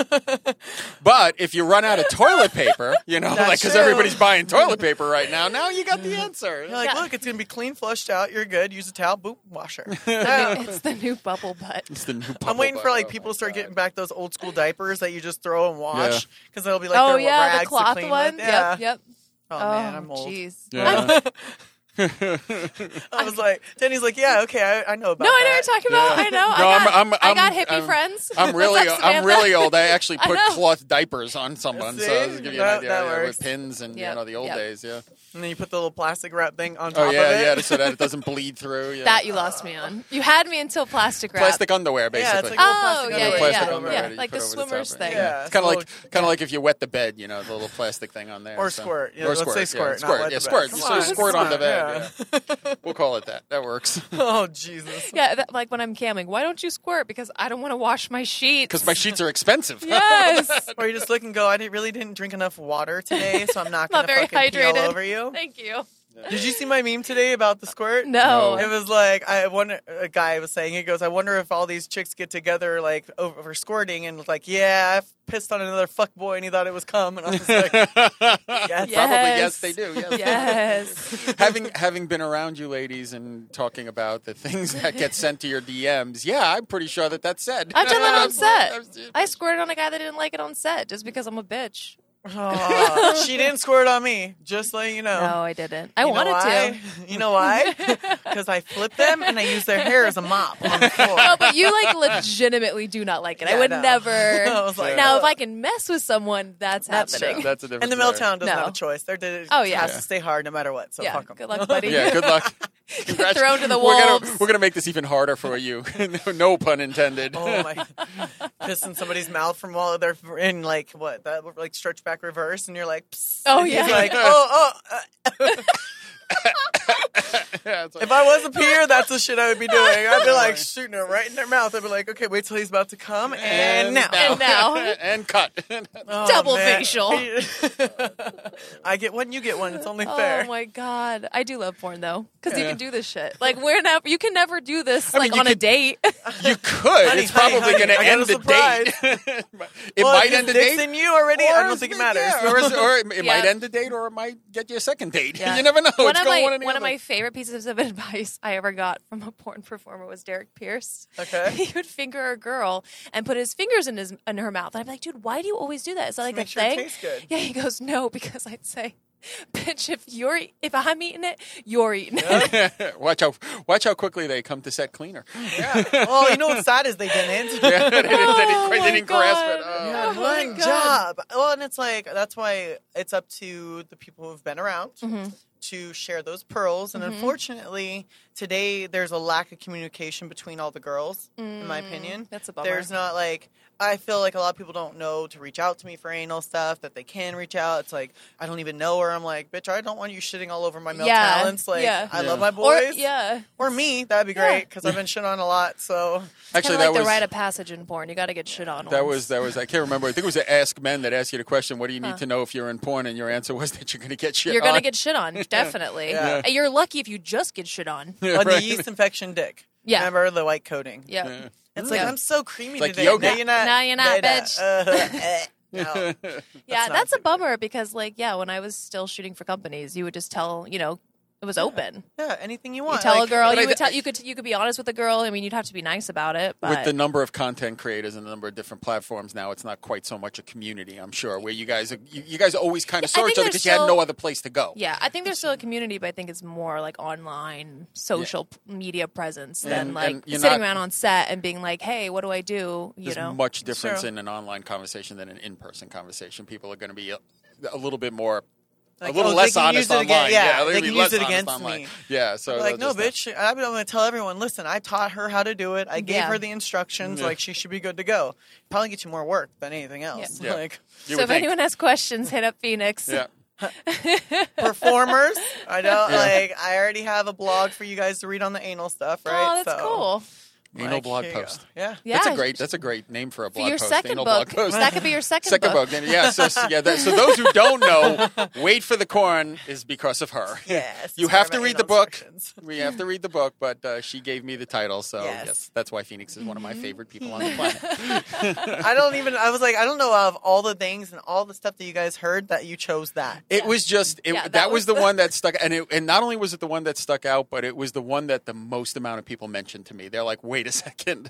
but if you run out of toilet paper, you know,
That's
like because
true.
everybody's buying toilet paper right now. Now you got the answer.
You're like,
Yeah.
look, it's gonna be clean, flushed out. You're good. Use a towel, boop, washer.
it's the new bubble butt.
It's the new
I'm
bubble
waiting for
butt.
like
Oh
people
my
to start
God.
getting back those old school diapers that you just throw and
Yeah.
wash because they'll be like,
oh
they're
yeah,
rags
the
to
cloth
clean
one.
with. Yeah.
Yep, yep.
Oh, man, I'm old.
Jeez.
Yeah.
I was like, Denny's like, yeah, okay, I, I know about.
No, I know what
that.
you're talking about. I know. I
No, I'm-
got,
I'm-
I
I'm-
got hippie
I'm-
friends.
I'm
What's
really,
up,
I'm
Samantha?
really old. I actually
I
put
know.
cloth diapers on someone, so
See?
to give you
That-
an idea
that
yeah,
works.
with pins and
Yep,
you know the old
yep.
days, yeah.
And then you put the little plastic wrap thing on top
Oh yeah,
of it.
yeah, so that it doesn't bleed through. Yeah.
That you lost me on. You had me until plastic wrap.
plastic underwear,
Yeah, it's
basically.
like a
Oh
Plastic
yeah, yeah,
underwear.
plastic
yeah,
underwear
yeah.
that you
like
put
the
over the
swimmers
top,
thing.
Yeah.
it's kind of like
so-
kind of like if you wet the bed, you know, the little plastic thing on there,
Or
so-
squirt. Yeah,
or
let's
squirt,
say
yeah,
squirt, not wet
squirt, yeah,
the
squirt,
bed.
just sort
Come
of
on,
squirt on the
squirt,
bed. Yeah. we'll call it that. That works
Oh Jesus.
Yeah, that, like when I'm camming, why don't you squirt? Because I don't want to wash my sheets.
because my sheets are expensive.
yes.
Or you just look and go, I didn't, really didn't drink enough water today, so I'm not
Not
gonna
very
fucking pee all
hydrated.
over you.
Thank you.
Did you see my meme today about the squirt?
No.
It was like I wonder. A guy was saying he goes, "I wonder if all these chicks get together like over, over squirting and was like, yeah, I've pissed on another fuck boy and he thought it was cum." And I was like, yes.
Yeah.
Probably yes,
Yes.
they do. Yes.
Yes.
having having been around you ladies and talking about the things that get sent to your DMs, yeah, I'm pretty sure that that's said.
I've done that on set. I squirted on a guy that didn't like it on set just because I'm a bitch.
Aw, she didn't squirt on me. Just letting you know.
No, Oh, I didn't. I
You know
wanted to.
why? You know why? Because I flip them and I use their hair as a mop on the floor.
No, but you like legitimately do not like it. I
Yeah,
would
no.
never.
I was like,
now,
ugh.
if I can mess with someone, that's,
That's
happening.
true.
That's a different
and the
story.
Milltown doesn't
No.
have a choice. They're, they
Oh,
oh,
yeah.
yeah. has to stay hard no matter what. So
yeah.
fuck 'em.
Good luck, buddy.
Yeah, good luck. Congrats.
Thrown to the
We're gonna,
wolves.
we're gonna make this even harder for you. no, no pun intended.
Oh my! Pissing somebody's mouth from all they're in like what that like stretch back reverse, and you're like, Psst.
Oh,
And he's
yeah.
like oh oh, uh,
Yeah, it's like-
If I was a peer, that's the shit I would be doing. I'd be like shooting it right in their mouth. I'd be like, okay, wait till he's about to come, and, now.
And now.
and cut.
Oh,
Double
man.
facial.
I get one, you get one. It's only fair.
Oh my god, I do love porn though, because you
Yeah.
can do this shit. Like we're never, you can never do this
mean,
like
you
on a
could-
date.
you could.
Honey,
it's
honey,
probably
honey,
going to
I got
end
a
the
surprise.
date. it
Well,
might
if
end the
it's
date.
in you already, I
or
don't
it's-
think it matters.
yeah, or, is- or it
Yeah.
might end the date, or it might get you a second date.
Yeah.
You never know.
one
it's
of my
going one, or the
one of
other.
my favorite pieces of advice I ever got from a porn performer was Derek Pierce.
Okay.
he would finger a girl and put his fingers in his in her mouth. And I'd be like, dude, why do you always do that? Is that like
make
a
sure it
thing?
tastes good.
Yeah, he goes, no, because I'd say. Bitch, if you're if I'm eating it, you're eating it.
watch how watch how quickly they come to set cleaner.
Yeah. Well, you know what's sad is they didn't.
they didn't, they didn't,
Oh my
they didn't grasp it.
God.
Oh.
Yeah,
Oh my
one
God.
job. Well, and it's like that's why it's up to the people who've been around
Mm-hmm.
to share those pearls. And unfortunately, today there's a lack of communication between all the girls. in my opinion,
Mm, that's a bummer.
There's not like I feel like a lot of people don't know to reach out to me for anal stuff that they can reach out. It's like I don't even know her. I'm like, bitch, I don't want you shitting all over my male
Yeah,
talents. Like
yeah.
I
Yeah.
love my
Or
boys.
yeah,
Or me, that'd be
Yeah.
great because I've been shit on a lot. So
kind
Actually,
of like
that
the
was
rite of passage in porn. You got to get shit on.
that
once.
was that was I can't remember. I think it was the Ask Men that asked you the question. What do you need to know if you're in porn? And your answer was that you're going to get shit.
You're gonna
on.
get shit on, definitely.
Yeah.
And You're lucky if you just get shit on. Yeah.
on
Right.
the yeast infection dick.
Yeah.
remember the white coating.
Yeah.
It's like
Yeah.
I'm so creamy
It's like
today.
yoga.
No, you're not.
No, you're not,
Later.
bitch.
Uh, eh. No.
yeah,
That's not
that's a
pretty good.
bummer because, like, yeah, when I was still shooting for companies, you would just tell, you know, it was open.
Yeah, anything you
You
want.
tell
Like,
a girl,
but
you
I
would
d-
tell, you could, you could be honest with a girl. I mean, you'd have to be nice about it, but
With the number of content creators and the number of different platforms now, it's not quite so much a community. I'm sure where you guys you, you guys always kind of
I
saw
think
each other
there's
because you had
still-
no other place to go.
yeah, I think there's still a community, but I think it's more like online social p- media presence than
And-
like
and you're
sitting
not-
around on set and being like, hey, what do I do? You
There's
know,
much difference
Sure.
in an online conversation than an in-person conversation. People are going to be a, a little bit more,
Like,
a little
oh, they
less
can
honest
use it
online.
again- yeah,
they're
they
gonna be
can
less
use it
honest
against
online.
me.
Yeah, so
like,
they'll
no,
just
bitch. I'm going to tell everyone. Listen, I taught her how to do it. I gave
Yeah.
her the instructions.
Yeah.
Like she should be good to go. Probably get you more work than anything else.
Yeah.
Like
so
You would
if
think.
anyone has questions, hit up Phoenix.
Yeah.
performers, I don't
Yeah.
like. I already have a blog for you guys to read on the anal stuff. Right?
Oh, that's
So,
cool.
like,
Anal blog
here you go.
post.
Yeah.
Yeah,
That's a great. That's a great name for a
for
blog
your
post.
second
anal
book.
blog post.
That could be your second,
Second
book.
book, then- yeah. So so, yeah, that, so those who don't know, wait for the corn is because of her.
Yes.
you
it's where
have to
my
read
anal
the book.
instructions.
We have to read the book, but uh, she gave me the title, so
Yes.
yes, that's why Phoenix is one of my favorite people on the planet.
I don't even. I was like, I don't know of all the things and all the stuff that you guys heard that you chose that.
It was just it,
Yeah,
that,
that was
was the one that stuck, and it, and not only was it the one that stuck out, but it was the one that the most amount of people mentioned to me. They're like, "Wait a second,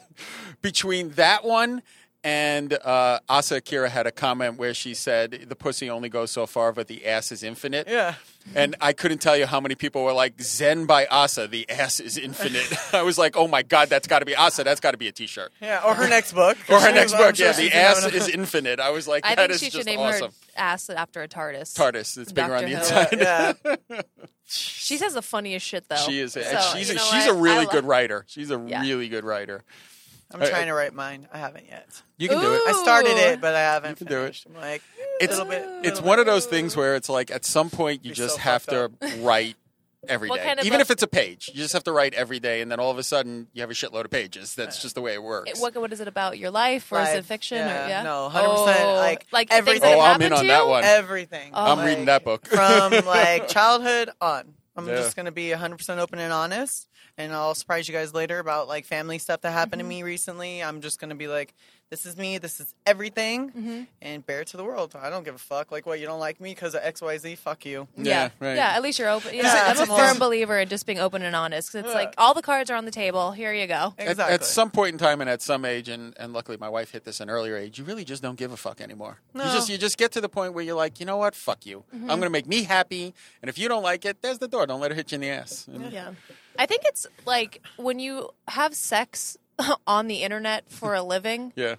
between that one." And uh, Asa Akira had a comment where she said, "The pussy only goes so far, but the ass is infinite."
Yeah.
and I couldn't tell you how many people were like, "Zen by Asa, the ass is infinite." I was like, "Oh my god, that's got to be Asa. That's got to be a T-shirt."
Yeah, or her next book.
Or her
She
next
was- I'm
book,
sure
yeah,
she's
the
been
ass
having a-
is infinite. I was like,
I
"That
think
is
she should
just
name
awesome."
her ass after a TARDIS.
TARDIS, it's bigger
Dr.
on
Who.
the inside.
Yeah.
She says the funniest shit though.
She is. and
Oh, So,
she's
you
a,
know
she's
what?
a really
I lo-
good writer. She's a
Yeah.
really good writer.
I'm
I-
trying to write mine. I haven't yet.
You can do
I
it.
Ooh.
started it, but I haven't.
You can do it.
finished. I'm like
It's
little bit-
it's
little
one
bit.
of those things where it's like at some point you
Be
just
so
have to
fucked
write every
What
day,
kind of
even
book-
if it's a page. You just have to write every day, and then all of a sudden you have a shitload of pages. That's just the way it works.
It- what, what is it about your life, or is it
Life,
fiction?
yeah,
or, yeah?
no, 100%,
Oh,
like,
like things
everything.
that
oh,
have
I'm in
happened
on
to
that
you?
one.
everything.
Oh.
I'm
Like,
reading that book.
from like childhood on. I'm
Yeah.
just gonna be 100 percent open and honest, and I'll surprise you guys later about like family stuff that happened to me recently. I'm just gonna be like, "This is me. This is everything," and bear it to the world. I don't give a fuck. Like, what you don't like me because of X, Y, Z? Fuck you.
Yeah,
Yeah, right.
yeah. At least you're open. You know,
Is it-
I'm a
it's a
firm
must.
believer in just being open and honest. 'cause it's
Yeah.
like all the cards are on the table. Here you go.
At-
Exactly.
At, some point in time and at some age, and, and luckily my wife hit this an earlier age, you really just don't give a fuck anymore. You
No.
just you just get to the point where you're like, you know what, fuck you.
Mm-hmm.
I'm gonna make me happy, and if you don't like it, there's the door. Don't let her hit you in the ass. And-
Yeah. I think it's like when you have sex on the internet for a living.
yeah,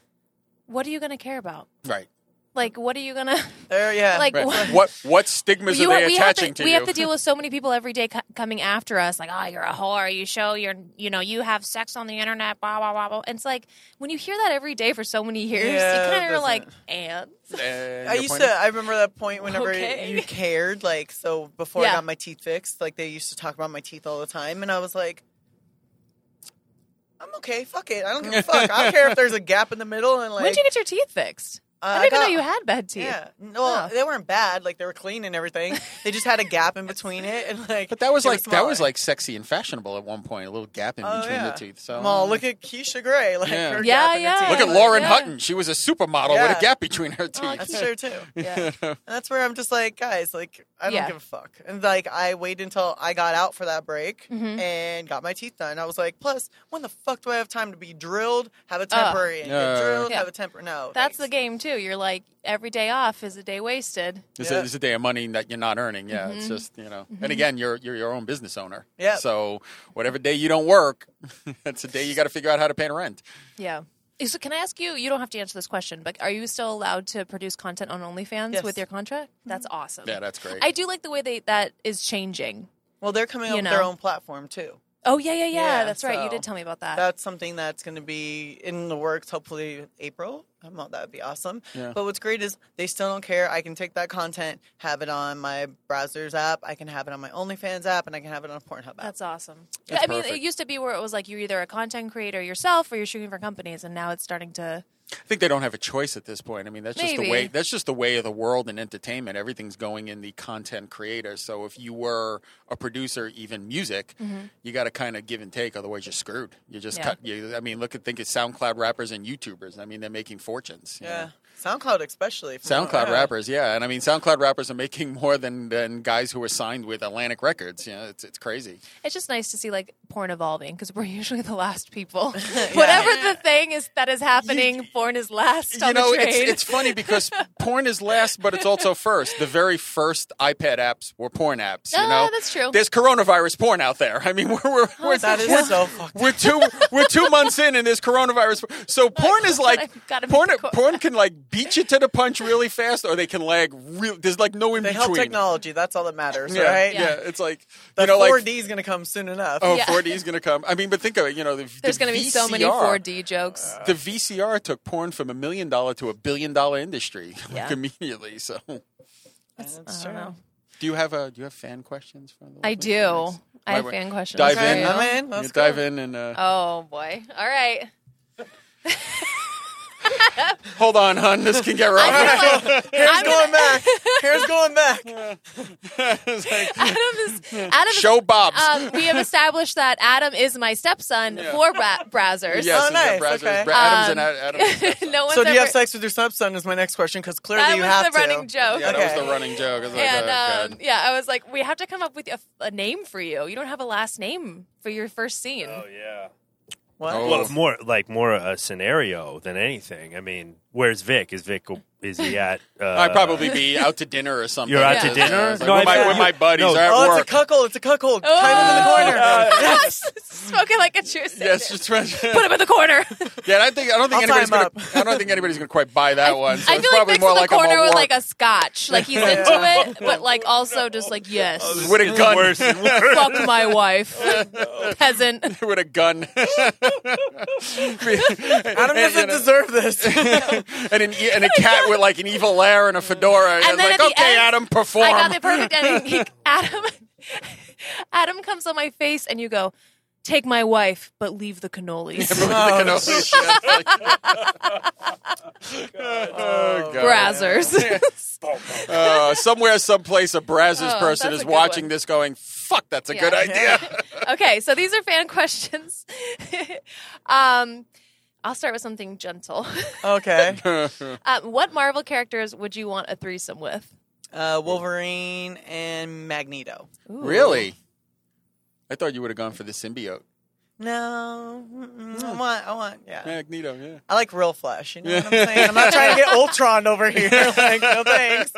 What are you going to care about?
right.
Like, what are you gonna
There, yeah.
like?
Right.
What,
What what stigmas
you
are they
we have
attaching
to,
to
we
you?
have to deal with so many people every day co- coming after us, like, oh, you're a whore, you show your, you know, you have sex on the internet, blah blah blah blah. And it's like when you hear that every day for so many years,
Yeah,
you kind of are
doesn't-
like, and
Uh,
And
I
you're
used
pointing-
to. I remember that point whenever
Okay.
you cared. Like so, before
Yeah.
I got my teeth fixed, like they used to talk about my teeth all the time, and I was like, "I'm okay. Fuck it. I don't give a fuck. I don't care if there's a gap in the middle." And like,
when did you get your teeth fixed?
uh,
I didn't even
got-
know you had bad teeth.
Yeah. No, well,
Oh.
they weren't bad. Like they were clean and everything. They just had a gap in between it, and like.
But that was
it
like that was
smaller.
like sexy and fashionable at one point. A little gap in
Oh,
between
yeah.
the teeth. So
Well, look at Keisha Gray. Like
Yeah.
her
Yeah,
gap in her
yeah.
teeth.
Look at
Yeah.
Lauren
Yeah. Oh,
Hutton. She was a supermodel with
Yeah.
a gap between her teeth.
That's true too.
Yeah.
And that's where I'm just like, guys, like I don't
Yeah.
give a fuck. And like I waited until I got out for that break
Mm-hmm.
and got my teeth done. I was like, plus, when the fuck do I have time to be drilled, have a temporary, and
Yeah.
get drilled,
Yeah.
have a temper? No,
That's the
thanks.
game too. You're like every day off is a day wasted.
It's,
Yeah.
a, it's a day of money that you're not earning. Yeah,
Mm-hmm.
it's just you know. And again, you're you're your own business owner.
Yep.
So whatever day you don't work, that's a day you got to figure out how to pay the rent.
Yeah. Eh, So can I ask you? You don't have to answer this question, but are you still allowed to produce content on OnlyFans
Yes. Mm-hmm.
with your contract? That's awesome.
Yeah, that's great.
I do like the way they that is changing.
Well, they're coming
you
up with their
know.
own platform too.
Oh yeah, yeah, yeah.
Yeah,
that's right. You
so
did tell me about that.
That's something that's going to be in the works. Hopefully, April. I don't know. That would be awesome. But what's great is they still don't care. I can take that content, have it on my browser's app. I can have it on my OnlyFans app, and I can have it on a Pornhub app.
That's awesome.
That's
I mean, it
perfect.
used to be where it was like you're either a content creator yourself or you're shooting for companies, and now it's starting to.
I think they don't have a choice at this point. I mean, that's just
Maybe.
the way. That's just the way of the world in entertainment. Everything's going in the content creator. So if you were a producer, even music, you got to kind of give and take. Otherwise, you're screwed. You just
Mm-hmm. Yeah.
cut. You, I mean, look at think of SoundCloud rappers and YouTubers. I mean, they're making fortunes. you
Yeah. Oh,
know?
SoundCloud, especially. from what I
SoundCloud
heard.
rappers, yeah, and I mean SoundCloud rappers are making more than than guys who are signed with Atlantic Records. You know, it's it's crazy.
It's just nice to see like porn evolving because we're usually the last people. Whatever the thing is that is happening, porn is last on
you know,
the train.
it's it's funny because porn is last, but it's also first. The very first iPad apps were porn apps. You
Ah,
know,
that's true.
There's coronavirus porn out there. I mean, we're we're, we're,
That is so fucked.
we're two we're two months in, and there's coronavirus. So porn is like
Oh I've gotta make
porn.
a quote.
Porn can like beat you to the punch really fast, or they can lag. Real, there's like no in
They help
between.
technology. That's all that matters,
Yeah,
right?
yeah, It's like
The
you know, like
4D is going to come soon enough.
Oh,
Yeah.
4D is going to come. I mean, but think of it. You know, the,
There's
going to
be so many 4D jokes.
Uh, The VCR took porn from a million dollar to a billion dollar industry like,
Yeah.
immediately. So, do
That's
I don't know.
you have a do you have fan questions for? The
I
lovely
do.
fans?
I have
Why-
fan questions.
Dive
for
in.
you.
I'm in.
You
Let's go.
dive in and uh,
Oh boy! All right.
hold on, hon. This can get rough.
Here's going back. Here's going back.
It's like,
Adam is Adam. Is,
show Bob's.
um, we have established that Adam is my stepson for bra- browsers.
yes,
oh,
it's
nice,
a Brazzers-
okay.
Bra- Adams
Um,
and Ad- Adams.
no one's
So, do
ever,
you have sex with your stepson? Is my next question because clearly
That
you
was
have
the
to.
running joke.
Yeah, that was
okay.
the running joke. I was like,
And
oh,
um,
God.
yeah, I was like, we have to come up with a, a name for you. You don't have a last name for your first scene.
Oh yeah.
What?
Oh.
Well, more like more a scenario than anything. I mean, where's Vic? Is Vic? Is he at? Uh,
I'd probably be out to dinner or something.
You're out
to
Yeah.
dinner?
It's Like,
No,
with,
I
my,
mean-
with my buddies
No.
are at
Oh,
work.
it's a cuddle. It's a cuckold.
Oh.
Kind of in the corner.
Smoking like a true sinner.
Oh, yes, just
Put him in the corner.
Yeah, I think I don't think
I'll
anybody's
tie him
gonna.
up.
I don't think anybody's gonna quite buy that one. So
I
it's
feel like
probably
Vic's
more
in the
like
corner
I'm
with like a scotch. Like he's into it, but like also just like, yes,
with a gun.
Worse and worse.
fuck my wife, peasant.
with a gun.
Adam doesn't deserve this.
and an, e- and a cat with like an evil lair and a fedora. And,
And then at
like,
the
okay,
end,
Adam, perform.
I got the perfect ending. He, Adam, Adam comes on my face, and you go, "Take my wife, but leave the cannolis."
Oh,
Like, you know, shit, like- Oh, God.
Brazzers.
Uh, somewhere, someplace, a Brazzers
Oh,
person
that's
is
a good
watching
one.
this, going, "Fuck, that's a
Yeah.
good idea."
okay, so these are fan questions. um, I'll start with something gentle.
okay.
Uh, what Marvel characters would you want a threesome with?
Uh, Wolverine and Magneto.
really? I thought you would have gone for the symbiote,
No, mm-mm, I want, I want, yeah.
Magneto. Yeah.
I like real flesh. You know what I'm saying? I'm not trying to get Ultron over here. Like, no thanks.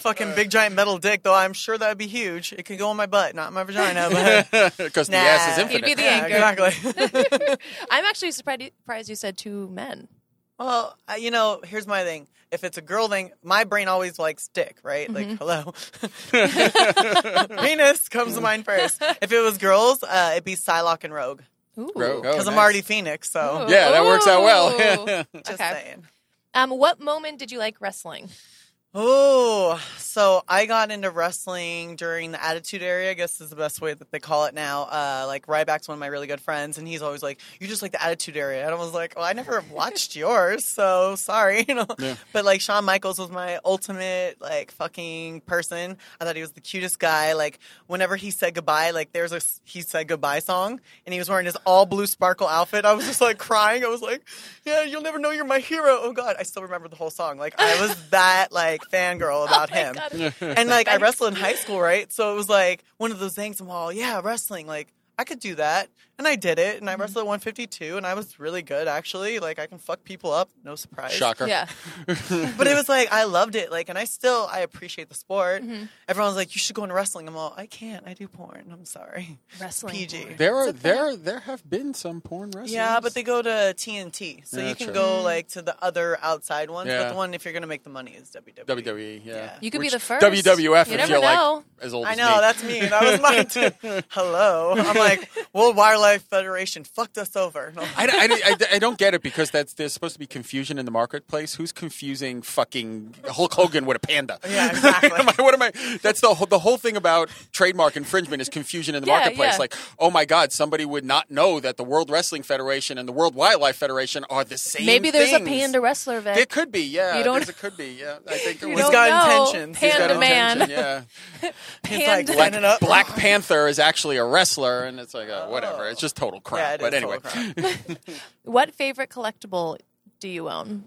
Fucking big giant metal dick, though. I'm sure that would be huge. It could go in my butt, not in my vagina. But
Because the
Nah.
ass is
You'd
infinite.
He'd
be the
yeah,
anchor.
exactly.
I'm actually surprised, surprised you said two men.
Well, I- you know, here's my thing. If it's a girl thing, my brain always likes dick, right?
Mm-hmm.
Like, hello. Venus comes to mind first. If it was girls, uh, it'd be Psylocke and Rogue.
Ooh.
Because
Because I'm already Phoenix, so
Ooh.
Oh, Yeah, that works out well.
Ooh.
just
Okay.
saying.
Um, what moment did you like wrestling?
Oh, so I got into wrestling during the Attitude Era. I guess is the best way that they call it now. Uh, like Ryback's one of my really good friends, and he's always like, "You just like the Attitude Era," and I was like, "Well, I never watched yours, so sorry." You know, but like Shawn Michaels was my ultimate like fucking person. I thought he was the cutest guy. Like whenever he said goodbye, like there's a s- he said goodbye song, and he was wearing his all blue sparkle outfit. I was just like crying. I was like, "Yeah, you'll never know you're my hero." Oh God, I still remember the whole song. Like I was that like fangirl about
Oh my
him
God.
and like I wrestled in high school, right? So it was like one of those things. I'm all yeah, wrestling. Like I could do that, and I did it. And
Mm-hmm.
I wrestled at 152, and I was really good actually. Like I can fuck people up, no surprise.
Shocker.
Yeah.
But it was like I loved it. Like, and I still I appreciate the sport. Everyone's like, you should go into wrestling. I'm all I can't. I do porn. I'm sorry.
Wrestling.
PG.
There are there are- there have been some porn wrestlers.
Yeah, but they go to TNT, so
Yeah,
you can
true.
go like to the other outside ones. But
Yeah.
the one if you're gonna make the money is WWE.
WWE. E, Yeah,
Yeah.
You could be
Which-
the first.
WWF.
You
if
never
you're
know.
like as old
I
as
know
me.
that's me. That was mine too. Hello, I'm like World Wildlife Federation fucked us over. No.
I, don't- I, don't- I, don't get it because that's there's supposed to be confusion in the marketplace. Who's confusing fucking Hulk Hogan with a panda?
Yeah, exactly.
Am I- what am I? That's the whole, the whole thing about trademark infringement is confusion in the
Yeah,
marketplace.
yeah.
Like, oh my god, somebody would not know that the World Wrestling Federation and the World Wildlife Federation are the same.
Maybe there's
things.
a panda wrestler, Vic.
It could be, yeah.
You don't-
there's- It could be, yeah. I think it
You
was.
He's
don't
got
know.
intentions. He's
Panda
he's got
man.
intention, Yeah.
He's like
Panda.
Black,
lining up. Oh.
Black Panther is actually a wrestler, and it's like uh, whatever. It's just total crap.
Yeah, it is
but
total
anyway,
crap.
What favorite collectible do you own?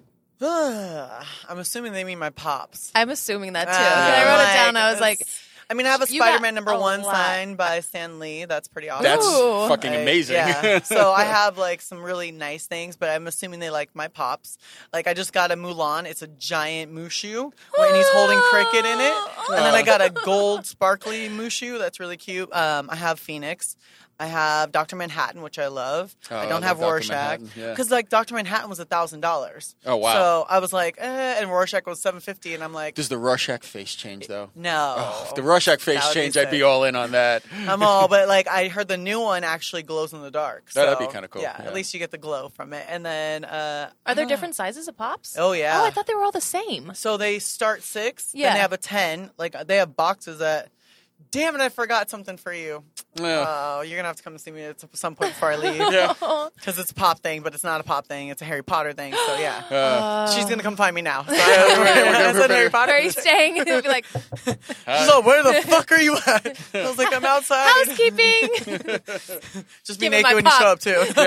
Ugh, I'm assuming they mean my pops.
I'm assuming that too.
Uh,
I wrote it down. I was
it's-
like,
I mean, I have a
You got
Spider-Man number
a
one
lot.
signed by Stan Lee. That's pretty awesome.
that's
Ooh.
fucking
Like,
amazing.
Yeah. So I have like some really nice things, but I'm assuming they like my pops. Like I just got a Mulan. It's a giant Mushu, and he's holding cricket in it. And then
Oh.
I got a gold sparkly Mushu. That's really cute. Um, I have Phoenix. I have Doctor Manhattan, which I love.
Oh,
I
I
don't
love
have
Dr.
Rorschach
Manhattan, yeah.
because like Doctor Manhattan was a thousand dollars.
Oh, wow.
So I was like, eh, and Rorschach was seven fifty, and I'm like,
Does the Rorschach face change though?
no.
If Oh, the Rorschach face
That would be
change, I'd be
sick.
all in on that.
I'm all, but like I heard the new one actually glows in the dark. So,
Oh, that'd be kinda cool,
Yeah,
yeah.
at least you get the glow from it. And then, uh,
are there different sizes of pops?
Oh, yeah.
Oh, I thought they were all the same.
so they start six. Yeah,
Yeah.
then they have a ten. Like they have boxes that. Damn it! I forgot something for you.
Yeah.
Oh, you're gonna have to come see me at some point before I leave.
Yeah.
because it's a pop thing, but it's not a pop thing. It's a Harry Potter thing. So yeah,
Uh,
Oh.
she's gonna come find me now. So,
we're-
Is it Harry Potter?
Where are you staying? They'll be like,
So where the fuck are you at? I was like, I'm outside.
housekeeping.
Just be
Give me my
naked when you
pop.
show up too.
yeah,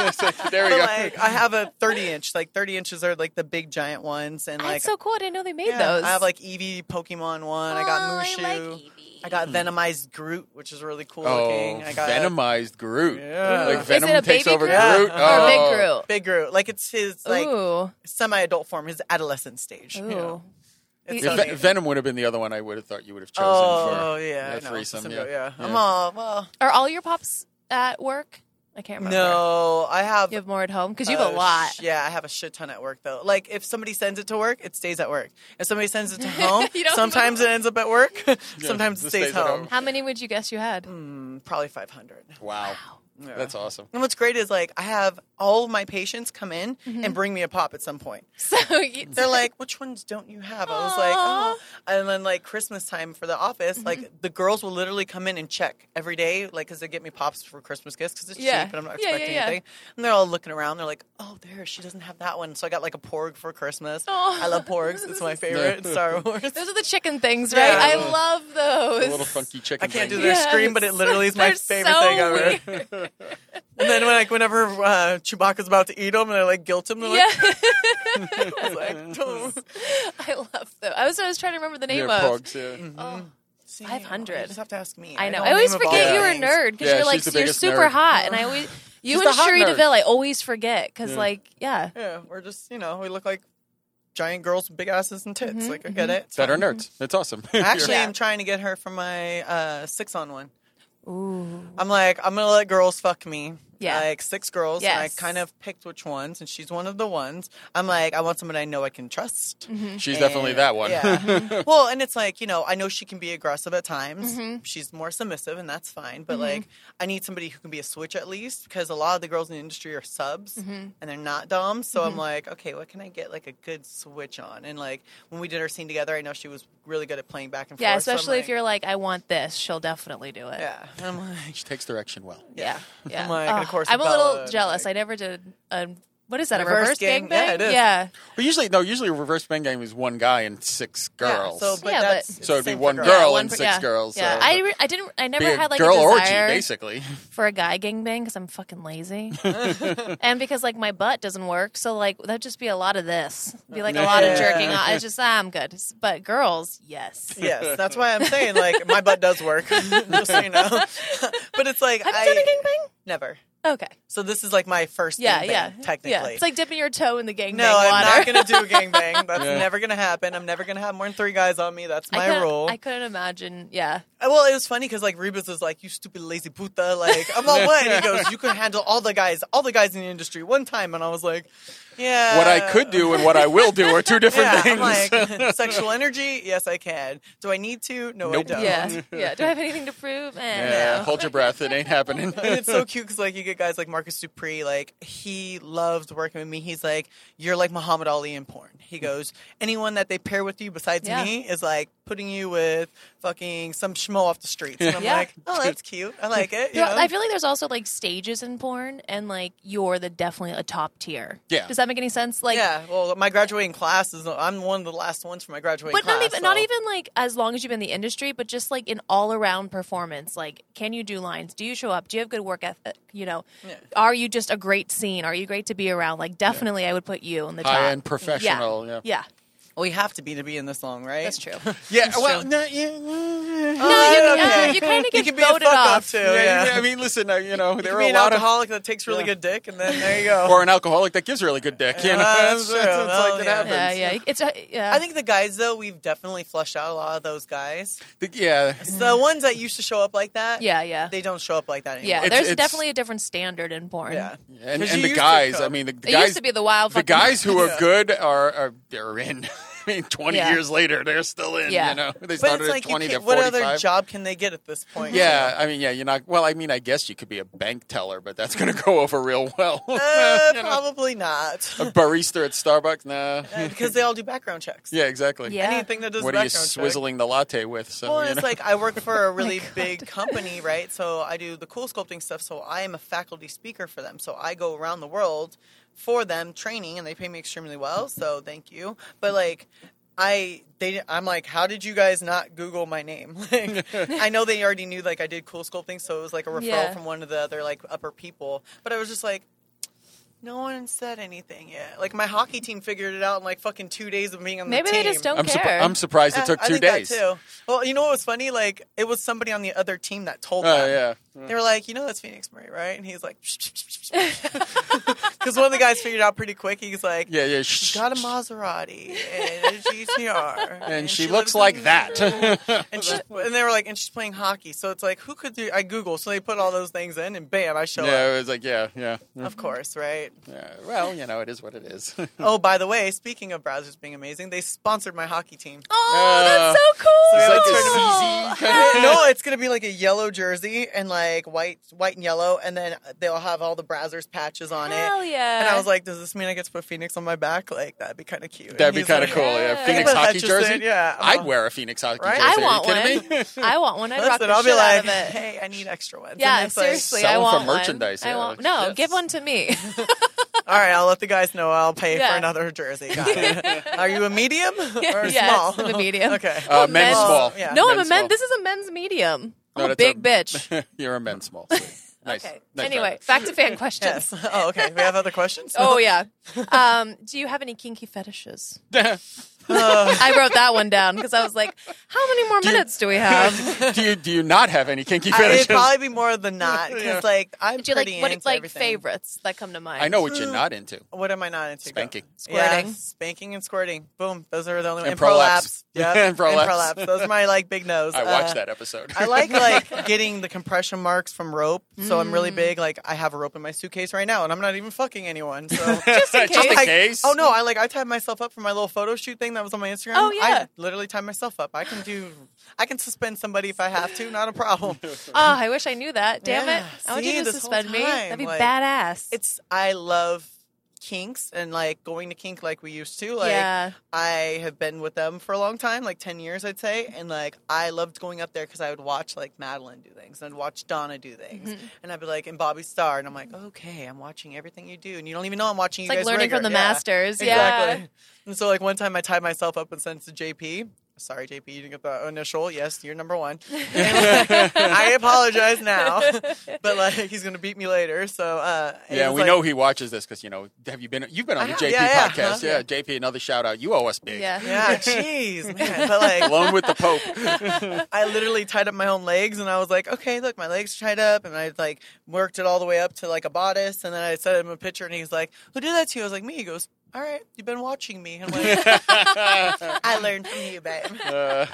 right. there we
But,
go.
like I have a 30 inch. Like 30 inches are like the big giant ones, and like
That's so cool. I didn't know they made
yeah,
those.
I have like Eevee Pokemon one. I
Oh,
got
I
Mushu.
like Eevee.
I got Venomized Groot, which is really cool
Hmm. oh,
looking. I got
Venomized Groot.
Yeah.
Like
Is
Venom
it a
takes
baby
over
Groot?
Yeah.
Groot.
Or
or
Oh.
Big Groot.
Big Groot. Like it's his like
ooh,
semi-adult form, his adolescent stage. you
ooh.
know? It's
Yeah,
so
Ve-
neat.
Venom would have been the other one I would have thought you would have chosen
Oh
for
yeah, I
a
know.
threesome.
Symbiote,
Yeah.
I'm all well.
Are all your pops at work? I can't remember.
No, I have
You have more at home because you have a
Oh,
lot.
sh- yeah, I have a shit ton at work though. Like if somebody sends it to work, it stays at work. If somebody sends it to home,
You don't
sometimes it ends up at work. sometimes it
it
stays,
stays at
home.
How many would you guess you had?
Hmm. Probably five hundred.
Wow. That's awesome.
And what's great is like I have all of my patients come in
Mm-hmm.
and bring me a pop at some point.
So you,
They're like, "Which ones don't you have?" I was like, "Oh." And then like Christmas time for the office,
Mm-hmm.
like the girls will literally come in and check every day, like, because they get me pops for Christmas gifts because it's
Yeah.
cheap and I'm not
Yeah, yeah,
expecting
yeah.
anything. And they're all looking around. They're like, "Oh, there, she doesn't have that one." So I got like a porg for Christmas.
Oh.
I love porgs. It's my favorite in Star Wars.
those are the chicken things, right?
Yeah.
I love those.
A little funky chicken.
I can't do
thing.
their
Yes.
scream, but it literally is my
They're
favorite
so
thing ever. and then when, like whenever uh, Chewbacca's about to eat them, and I like guilt him, they're
Yeah,
like, like "Oh." "Don't."
I love them. I was I was trying to remember the name
Yeah,
of.
pogs, yeah.
Mm-hmm.
Oh,
See,
500.
You just have to ask me.
I know.
don't
I always
name of all
forget
the
you're a
things.
nerd because
Yeah,
you're like
she's the
you're
biggest
super
nerd.
hot, and I always you
She's
and
the hot
Sherry
nerd.
Deville. I always forget because like yeah,
Yeah, we're just you know we look like giant girls with big asses and tits. like I get it. It's
That are
fine.
nerds. That's awesome.
Actually,
Mm-hmm, Yeah.
I'm trying to get her for my uh, six on one. Ooh. I'm like I'm gonna let girls fuck me.
Yeah.
like six girls, and I
Yes.
kind of picked which ones, and she's one of the ones. I'm like, I want someone I know I can trust.
She's definitely that one.
Yeah. well, and it's like, you know, I know she can be aggressive at times.
Mm-hmm.
She's more submissive, and that's fine. But, like, I need somebody who can be a switch at least because a lot of the girls in the industry are subs
Mm-hmm.
and they're not dumb. So I'm like, okay, what can I get, like, a good switch on? And, like, when we did our scene together, I know she was really good at playing back and
Yeah,
forth. so I'm
especially if
like-
you're like, I want this, she'll definitely do it.
Yeah. And I'm like,
She takes direction well.
Yeah. yeah.
I'm like, and of
Ugh,
course
I'm a
Bella,
little
and
jealous.
like-
I never did a what is that, a
Reverse
reverse
gang-
gangbang?
yeah, it is.
yeah.
But usually, no, usually a reverse bang game is one guy and six
yeah,
girls.
so, but
Yeah,
that's,
but-
it's
So it'd
the
be
same for
one
girls.
girl
Yeah, one
and
per-
six
yeah.
girls,
Yeah.
so-
I, re- I didn't. I never
Be a
had like
girl
a
orgy,
desire
basically.
for a guy gangbang because I'm fucking lazy, and because like my butt doesn't work. So like that'd just be a lot of this. Be like a lot of jerking. off. It's just ah, I'm good. But girls, yes.
Yes, that's why I'm saying like my butt does work, just so you know. but it's like
Have
I
you done a
never.
gangbang? Okay.
So this is like my first.
Yeah,
gangbang,
yeah.
Technically,
yeah. It's like dipping your toe in the gangbang
no,
water.
I'm not gonna do a gangbang. That's never gonna happen. I'm never gonna have more than three guys on me. That's
I
my
couldn't-
rule.
I couldn't imagine. Yeah.
Uh, Well, it was funny because like Rebus is like, "You stupid lazy puta!" Like I'm all what? And he goes, "You can handle all the guys, all the guys in the industry one time." And I was like, "Yeah."
what I could do and what I will do are two different
Yeah,
things.
I'm like sexual energy. Yes, I can. Do I need to? No,
Nope.
I don't.
Yeah. Yeah. Do I have anything to prove? Eh,
yeah,
no.
hold your breath. It ain't happening.
and it's so cute because like you get guys like Marcus Dupree, like he loves working with me. He's like, you're like Muhammad Ali in porn. He goes, anyone that they pair with you besides
Mm. Yeah.
me is like putting you with fucking some schmo off the streets. And I'm
Yeah.
like, oh, that's cute. I like it. You
There-
know?
I feel like there's also like stages in porn, and like you're the definitely a top tier.
Yeah.
Does that make any sense? Like,
yeah. Well, my graduating class is I'm one of the last ones for my graduating
but
class.
not even not
so-
even like as long as you've been in the industry, but just like an all around performance. Like, can you do lines? Do you show up? Do you have good work ethic? You know, are you just a great scene? Are you great to be around? Like, definitely, I would put you on the top.
High end professional.
Yeah.
Yeah.
Yeah.
Well, you have to be to be in this long, right?
That's true.
Yeah, well, no, yeah,
no, you, yeah, you kind of
You
get
can be a
voted
fuck up
off.
too.
yeah,
Oh, Yeah.
I mean, listen, uh, you know,
you
there are
can be
a
an
lot of.
alcoholic that takes really good dick, and then there you go.
Or an alcoholic that gives really good dick. You know,
Well, that's
It's-
true.
it's
Well,
like it
yeah.
happens.
Yeah, yeah. It's a, yeah.
I think the guys though, we've definitely flushed out a lot of those guys.
The- yeah.
The ones that used to show up like that,
Yeah, yeah.
they don't show up like that anymore.
yeah,
it's-
there's
it's-
definitely a different standard in porn.
yeah.
And, and
'Cause you
the
used to
guys,
come.
I mean, the, the
It
guys.
used to be the wild.
the
fucking-
guys who are good are, are they're in. I mean, twenty
Yeah.
years later, they're still in.
Yeah.
You know, they
But
started
it's
at
like, you
twenty.
can't,
They're
what
forty-five.
other job can they get at this point?
Yeah, I mean, yeah, you're not. Well, I mean, I guess you could be a bank teller, but that's going to go over real well.
Uh,
You know,
probably not,
a barista at Starbucks, nah.
because they all do background checks.
yeah, exactly.
Yeah.
Anything that does
What are you
background check.
swizzling the latte with? So,
Well,
you
and it's
know.
like I work for
Oh
a really big company, right? So I do the cool sculpting stuff. So I am a faculty speaker for them. So I go around the world for them training, and they pay me extremely well. So thank you. But like, I they I'm like, how did you guys not Google my name? Like, I know they already knew like I did cool sculpting, so it was like a referral
Yeah.
from one of the other like upper people. But I was just like. No one said anything yet. Like my hockey team figured it out in like fucking two days of being on
Maybe
the team.
they just don't
I'm, surpri-
care.
I'm surprised it took
Uh, I
two
think that,
days.
too. Well, you know what was funny? Like it was somebody on the other team that told
Oh,
them.
yeah.
They were like, you know, that's Phoenix Murray, right? And he's like, because one of the guys figured out pretty quick. He's like,
Yeah, yeah.
She
Shh.
got a Maserati and a GTR, and,
and she, looks
lives in-
like that.
And, she's, and they were like, and she's playing hockey. So it's like, who could do? I Google, so they put all those things in, and bam, I show up.
yeah, it was like, yeah, yeah,
Of course, right?
yeah. Well, you know, it is what it is.
Oh, by the way, speaking of browsers being amazing, they sponsored my hockey team.
oh,
Uh,
that's so cool.
It's like
Cool.
a ZZ kind of-
no, it's gonna be like a yellow jersey and like white, white and yellow, and then they'll have all the Brazzers patches on
Hell
it.
yeah.
And I was like, does this mean I get to put Phoenix on my back? Like that'd be kind of cute. And
That'd be
he's
kind of
like,
cool. Yeah,
Yeah.
Phoenix
But
hockey
Hutchison,
jersey.
yeah.
I'd wear a Phoenix hockey
Right?
jersey.
I
Are you
want
kidding me?
one. I want one. I'd rock
Listen,
the
I'll be
shit
like,
out of it.
hey, I need extra ones.
Yeah,
And it's like,
seriously,
Sell
I
them for
want one.
merchandise,
I
yeah,
want
like,
no.
yes.
Give one to me.
all right, I'll let the guys know. I'll pay
Yeah.
for another jersey. Got it. Are you a medium or a
yeah,
small?
the medium.
okay.
Uh, men's
men's-
small.
yeah.
No, I'm a
Men's
men.
small.
This is a men's medium. I'm
No,
a
that's
big bitch.
You're a men's small. Sweet. Nice.
Okay.
Nice
anyway,
try.
back to fan questions.
yes. Oh, okay. We have other questions.
Oh yeah. Um, do you have any kinky fetishes? I wrote that one down because I was like, how many more minutes do we have?
do you do you not have any kinky
I,
fetishes?
it'd probably be more than not because, like, I'm
Do you like
pretty
what
into
like
everything.
favorites that come to mind?
I know what you're not into.
What am I not into?
Spanking.
Yeah,
Squirting.
spanking and squirting. Boom. Those are the only
And
and prolapse. Yep.
And prolapse.
Those are my like big nose.
I watched
Uh,
that episode.
I like like getting the compression marks from rope, so I'm
Mm.
really big. Like I have a rope in my suitcase right now, and I'm not even fucking anyone. So
just in
case.
I-
case.
oh no, I like I tied myself up for my little photo shoot thing that was on my Instagram.
Oh, yeah.
I literally tied myself up. I can do, I can suspend somebody if I have to, not a problem.
Oh, I wish I knew that. Damn
Yeah.
it. I want
See,
you to
this whole
suspend me. That'd
time,
be
like,
badass.
It's I love kinks and like going to kink like we used to. Like
yeah.
I have been with them for a long time, like 10 years, I'd say. And like, I loved going up there because I would watch like Madeline do things and I'd watch Donna do things.
Mm-hmm.
And I'd be like, and Bobby Starr. And I'm like, okay, I'm watching everything you do. And you don't even know I'm watching
It's
you
like
guys
learning
rigor.
from the
Yeah,
masters. Yeah.
Exactly. And so, like, one time I tied myself up and sent it to JP. Sorry, JP, you didn't get the initial. Yes, you're number one. I apologize now, but like, he's going to beat me later. So, uh, it
yeah,
was,
we
like-
know he watches this because you know have you been you've been on
I
the
have,
JP
yeah, yeah,
podcast?
huh?
Yeah, JP, another shout out. You owe us big.
Yeah.
Yeah, jeez, man. But like,
Alone with the Pope.
I literally tied up my own legs and I was like, okay, look, my legs are tied up. And I like worked it all the way up to like a bodice. And then I sent him a picture and he's like, who did that to you? I was like, me. He goes, all right, you've been watching me. And I'm like, I learned from you, babe.
Uh,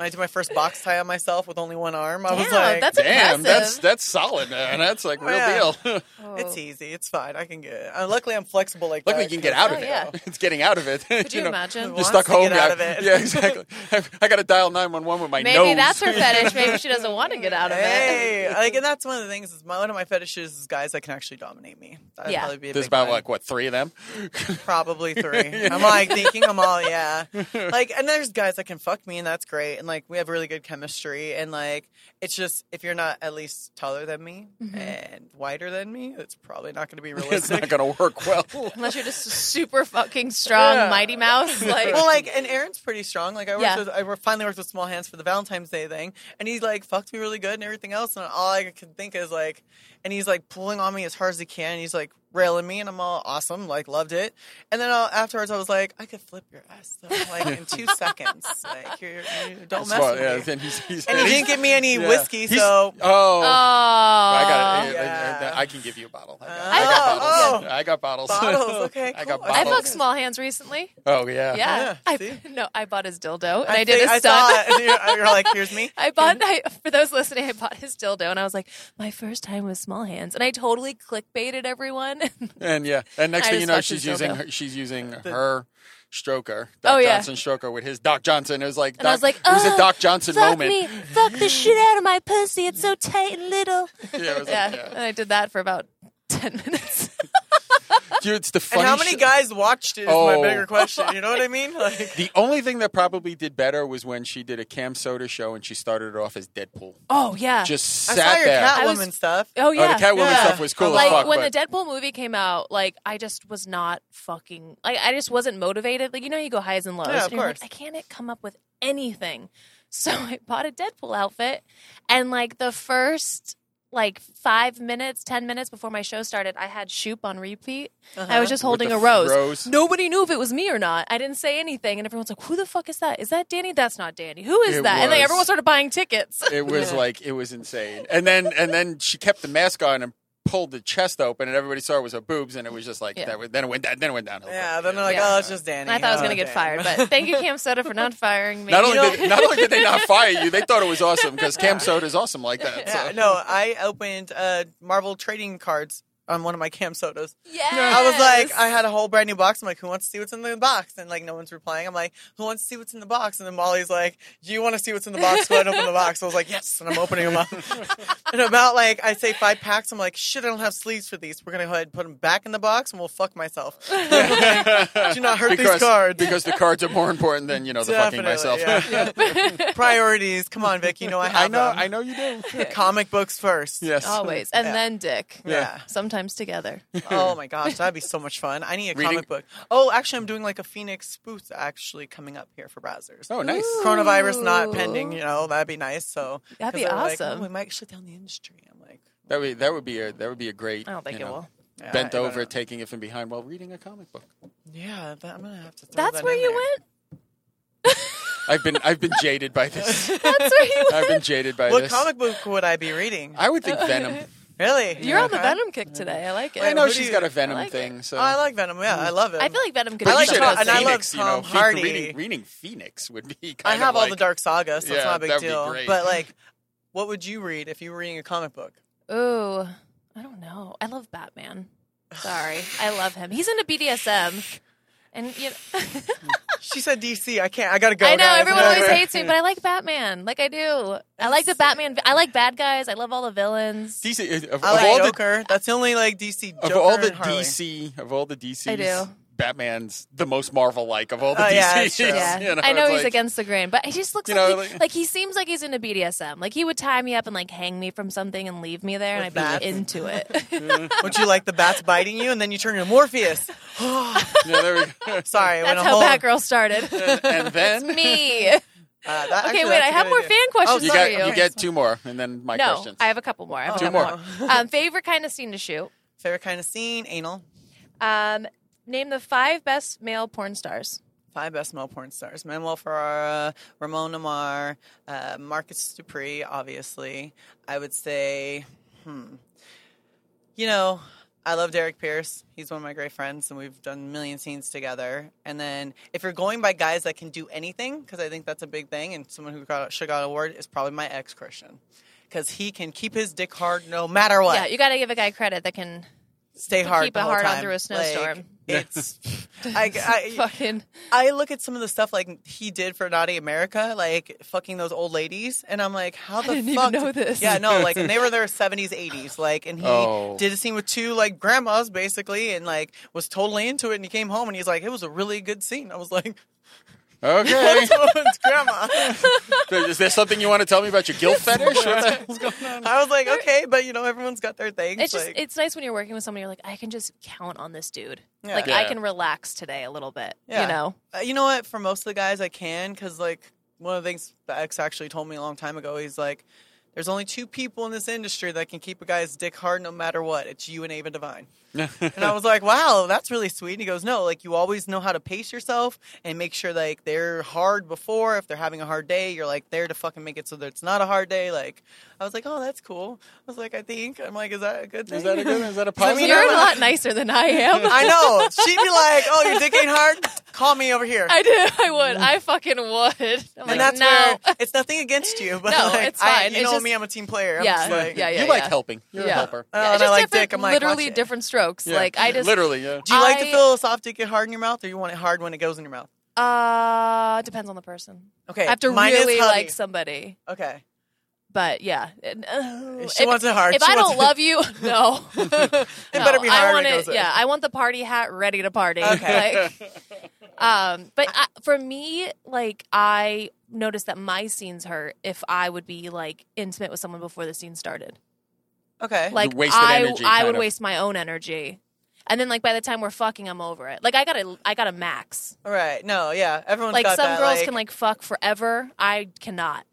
I did my first box tie on myself with only one arm. I was
Damn,
like,
that's
Damn,
impressive.
that's that's solid, man. That's like real
Yeah.
deal.
Oh.
it's e- easy. It's fine. I can get it. Uh, luckily, I'm flexible like
Luckily,
that.
you can get out of
Oh,
it.
yeah.
It's getting out of it.
Could you, imagine?
Well,
You're
Wants
stuck
to
home.
get out
yeah.
of it.
Yeah, exactly. I, got to dial nine one one with my
Maybe
nose.
that's her fetish. Maybe she doesn't want to get out of it.
Hey, like, and that's one of the things is my one of my fetishes is guys that can actually dominate me. That'd
Yeah.
probably be a
There's
big
about
one.
like what three of them.
Probably three. I'm like thinking I'm all yeah. Like and there's guys that can fuck me and that's great and like we have really good chemistry and like it's just if you're not at least taller than me and wider than me, it's probably not gonna be
It's not
realistic.
going to work well.
Unless you're just a super fucking strong
Yeah.
Mighty Mouse. Like,
well, like, and Aaron's pretty strong. Like, I worked
Yeah.
with, I wor- finally worked with Small Hands for the Valentine's Day thing, and he like fucked me really good and everything else. And all I could think is like, and he's like pulling on me as hard as he can. And he's like railing me, and I'm all awesome, like loved it. And then i afterwards, I was like, I could flip your ass though, like in two seconds. Like, you're, you don't
That's
mess
why-
with
yeah,
me.
then he's, he's,
And he didn't give me any
yeah.
whiskey,
He's-
so
oh.
oh. I got it. eh,
Yeah.
I- I- I, I can give you a bottle. I got, I
Oh,
got bottles.
oh.
I got bottles.
Bottles, okay,
I got
cool.
bottles.
I fucked Small Hands recently.
Oh yeah.
Yeah.
Uh-huh. Yeah,
I,
see?
no, I bought his dildo and I, did
think-
a
I
stunt.
saw it, Mm-hmm. and you're, you're like, here's me.
I bought I, for those listening. I bought his dildo, and I was like, "My first time with small hands," and I totally clickbaited everyone.
And yeah. And next
I
thing you
just
know,
fucked
she's
his
using
dildo.
her, she's using her stroker, Doc
Oh, yeah.
Johnson stroker with his Doc Johnson. It was like
And I
Doc-
was like,
it was a
"Oh,
Doc Johnson
fuck
moment.
me, fuck the shit out of my pussy. It's so tight and little.
Yeah, it was
Yeah,
like, yeah.
and I did that for about ten minutes.
Dude, it's the
And
funny.
how many
shit.
guys watched it is
Oh.
my bigger question. You know what I mean? Like,
The only thing that probably did better was when she did a Cam Soda show and she started it off as Deadpool.
oh yeah,
Just
I
sat
saw your
there.
I
Catwoman
was-
stuff.
oh
Oh,
yeah.
the Catwoman
Yeah.
stuff was cool
like
as fuck.
when
but
the Deadpool movie came out, like I just was not fucking. Like I just wasn't motivated. Like you know, you go highs and lows.
Yeah, of
and you're like,
course.
I can't e-, come up with anything, so I bought a Deadpool outfit, and like the first like five minutes, ten minutes before my show started, I had Shoop on repeat. I was just holding
Uh-huh. the
a rose.
rose.
Nobody knew if it was me or not. I didn't say anything, and everyone's like, "Who the fuck is that? Is that Danny? That's not Danny. Who is
It
that?" And then
was-
everyone started buying tickets.
it was like it was insane. And then and then she kept the mask on and pulled the chest open, and everybody saw it was her boobs, and it was just like
Yeah.
that. was- Then it went down. Then it went downhill.
Yeah, then they're like,
Yeah.
oh, it's just Danny.
And I thought I was
Oh,
going to get
damn.
fired, but thank you, Cam Soda, for not firing me.
Not
You
only,
know-
did, not only did they not fire you, they thought it was awesome because Cam Soda is awesome like that.
yeah,
so.
no, I opened uh, Marvel trading cards on one of my cam sodas.
Yes.
I was like, I had a whole brand new box. I'm like, who wants to see what's in the box? And like, no one's replying. I'm like, who wants to see what's in the box? And then Molly's like, you want to see what's in the box? Go ahead and open the box. I was like, yes. And I'm opening them up. and about like, I say five packs. I'm like, shit, I don't have sleeves for these. We're going to go ahead and put them back in the box and we'll fuck myself. Do not hurt
because,
these cards.
because the cards are more important than you know the fucking myself.
Definitely, yeah. Priorities. Come on, Vic. You know I have
I know,
them.
I know you do.
Comic books first.
Yes,
always, and
"Oh, Yeah.
then Dick.
Yeah.
sometimes together.
Oh my gosh, that'd be so much fun. I need a
Reading-
comic book. Oh, actually, I'm doing like a Phoenix spoof actually coming up here for browsers.
Oh, nice.
Coronavirus
Ooh.
not pending, you know that'd be nice. So 'cause
That'd be
they're like,
awesome.
"Oh, we might shut down the industry. I'm like,
That would that would be a that would be a great.
I don't think
you
it
know,
will.
yeah, I
Bent
don't
over,
know.
taking it from behind while reading a comic book.
yeah, that, I'm gonna have to. Throw
That's
that
where
in
you
there.
went.
I've been I've been jaded by this.
That's where you went.
I've been jaded by
What
this.
comic book would I be reading?
I would think Venom.
Really?
You're on the
Okay.
Venom kick today. I like it.
I know
who do
she's
you-
got a
I
Venom
like
thing. So
Oh, I like Venom. Yeah, I love it.
I feel like Venom could do
But
I like
you should
something
Tom-
have
and I love
Phoenix, you know,
Tom
Phoenix-
Hardy.
Reading, reading Phoenix would be
I
kind
have
of
all the
like-
Dark Saga, so
Yeah,
it's not a big
that'd be
deal.
great.
But like, what would you read if you were reading a comic book?
Ooh, I don't know. I love Batman. Sorry, I love him. He's into BDSM, and you know,
She said DC. I can't. I gotta go.
I know
guys.
everyone
No,
always
no.
hates me, but I like Batman. Like I do. I like the Batman. I like bad guys. I love all the villains.
DC of, of
I like
all the
Joker. That's the only like DC.
of
Joker
all the
and Harley.
DC of all the DCs.
I do.
Batman's the most Marvel like of all the
Oh,
DCs.
yeah, that's true.
Yeah,
you
I know
it's
he's
like-
against the grain, but he just looks
You
like,
know,
he,
like-
like he seems like he's into BDSM. Like he would tie me up and like hang me from something and leave me there, and I'd
With
be
bats.
into it.
Would you like the bats biting you, and then you turn into Morpheus?
Yeah, there we go.
Sorry, I went
That's
a
how
whole.
Batgirl started.
and, and then
me.
Uh, that-
Okay,
actually,
wait.
that's
I
a
have
good
more
idea.
fan questions
Oh, you
for
got
you.
you get two more, and then my
no,
questions.
I have a couple more. I have a
Two
couple
more.
um, favorite kind of scene to shoot.
Favorite kind of scene: anal.
Um, name the five best male porn stars.
Five best male porn stars: Manuel Ferrara, Ramon Amar, uh, Marcus Dupree. Obviously, I would say, hmm, you know, I love Derek Pierce. He's one of my great friends, and we've done a million scenes together. And then, if you're going by guys that can do anything, because I think that's a big thing, and someone who got should got an award is probably my ex Christian, because he can keep his dick hard no matter what.
Yeah, you got to give a guy credit that can
Stay
to
hard.
keep
the
it
whole
hard on
time.
through a snowstorm.
Like, it's I, I,
fucking.
I look at some of the stuff like he did for Naughty America, like fucking those old ladies, and I'm like, how the
didn't even
fuck?
know this.
Yeah, no, like, and they were their 70s, 80s, like, and he
Oh.
did a scene with two like grandmas basically, and like was totally into it, and he came home and he's like, it was a really good scene. I was like, "Oh,
okay,
it's grandma.
is there something you want to tell me about your guilt fetish? What the hell's going on?
I was like, okay, but you know, everyone's got their things.
It's just
like,
it's nice when you're working with somebody. You're like, I can just count on this dude.
Yeah.
Like I
Yeah.
can relax today a little bit.
Yeah.
You know.
Uh, you know what? For most of the guys, I can because like one of the things the ex actually told me a long time ago, he's like, "There's only two people in this industry that can keep a guy's dick hard no matter what. It's you and Ava Divine." and I was like, "Wow, that's really sweet." And he goes, "No, like you always know how to pace yourself and make sure like they're hard before. If they're having a hard day, you're like there to fucking make it so that it's not a hard day." Like I was like, "Oh, that's cool." I was like, "I think." I'm like, "Is that a good thing?"
Is that a good? Is that a
I
positive?
mean,
you're
I'm
a
like-
lot nicer than I am.
I know. She'd be like, "Oh, your dick ain't hard. Call me over here."
I do. I would. I fucking would. I'm like,
and that's
no.
where oh, it's nothing against you, but
No,
like,
it's
I-
fine.
you
It's
know
just-
me, I'm a team player. I'm
Yeah.
just like,
Yeah, yeah,
you like
yeah.
helping. You're
Yeah.
a helper.
Oh,
Yeah,
and
just
I like
different,
dick. I'm like,
literally
watch it.
different strokes.
Yeah.
Like I just
literally, yeah.
Do you like to
I-
feel soft dick get hard in your mouth, or you want it hard when it goes in your mouth?
Uh, depends on the person.
Okay,
I have to
mine is
really
hubby.
like somebody,
Okay,
but yeah. And, uh,
she wants it hard.
If
She
I
wants
don't love you, no. it
better be
I
hard
want
when it goes in.
Yeah, I want the party hat ready to party.
Okay.
Like, um, but I, for me, like I noticed that my scenes hurt if I would be like intimate with someone before the scene started.
Okay,
Like
wasted
I,
energy,
I
kind
would
of.
waste my own energy, and then like by the time we're fucking, I'm over it. Like I gotta, I gotta max.
all right, no, yeah, everyone's
Like
got
some
that,
girls
like,
can like fuck forever. I cannot.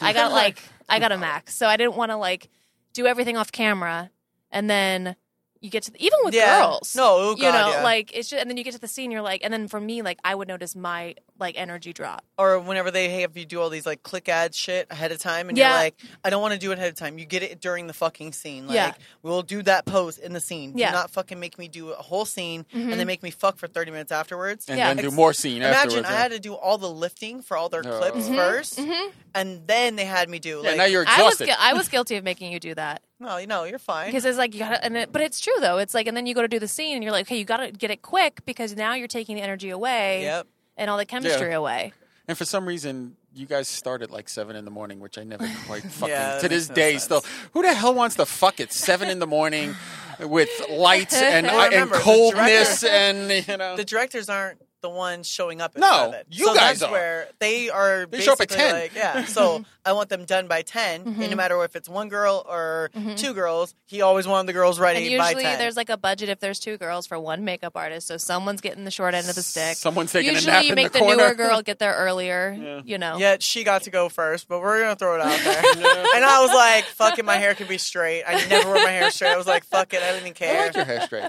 I got like I got a max, so I didn't want to like do everything off camera, and then you get to the, even with
yeah.
girls.
No, oh,
you
God,
know,
yeah.
like it's just, and then you get to the scene, you're like, and then for me, like I would notice my like energy drop.
or whenever they have you do all these like click ad shit ahead of time, and
Yeah.
you're like, I don't want to do it ahead of time. You get it during the fucking scene. Like,
Yeah.
we'll do that pose in the scene.
Yeah.
Do not fucking make me do a whole scene
Mhm.
and then make me fuck for thirty minutes afterwards.
and
Yeah.
then do more scene
Imagine
afterwards.
I had to do all the lifting for all their
Oh.
clips
Mhm,
1st
mhm.
and then they had me do.
yeah,
like,
now you're
I was
exhausted.
gu- I was guilty of making you do that
no, you know, you're fine.
because it's like you gotta, and it, but it's true though. It's like, and then you go to do the scene, and you're like, okay, you gotta get it quick because now you're taking the energy away
Yep.
and all the chemistry away.
and for some reason, you guys start at like seven in the morning, which I never quite fucking
Yeah, that
to this
makes no
day
sense.
still. Who the hell wants to fuck at seven in the morning with lights and
Well,
and
remember, the
coldness
director-
and you know?
The directors aren't the ones showing up. At
No,
seven.
you
so
guys
that's
are.
Where they are.
They show up at
basically
10.
Like, yeah.
Mm-hmm.
So I want them done by 10 and no matter if it's one girl or two girls, he always wanted the girls ready
Mm-hmm. And
by
usually
ten.
there's like a budget if there's two girls for one makeup artist, so someone's getting the short end of the stick.
Someone's taking
usually
a nap
you
in
make
the corner.
newer girl get there earlier. You know,
Yet she got to go first, but we're gonna throw it out there. and I was like, "Fuck it, my hair could be straight." I never wear my hair straight. I was like, "Fuck it, I didn't
I
care."
like your hair straight.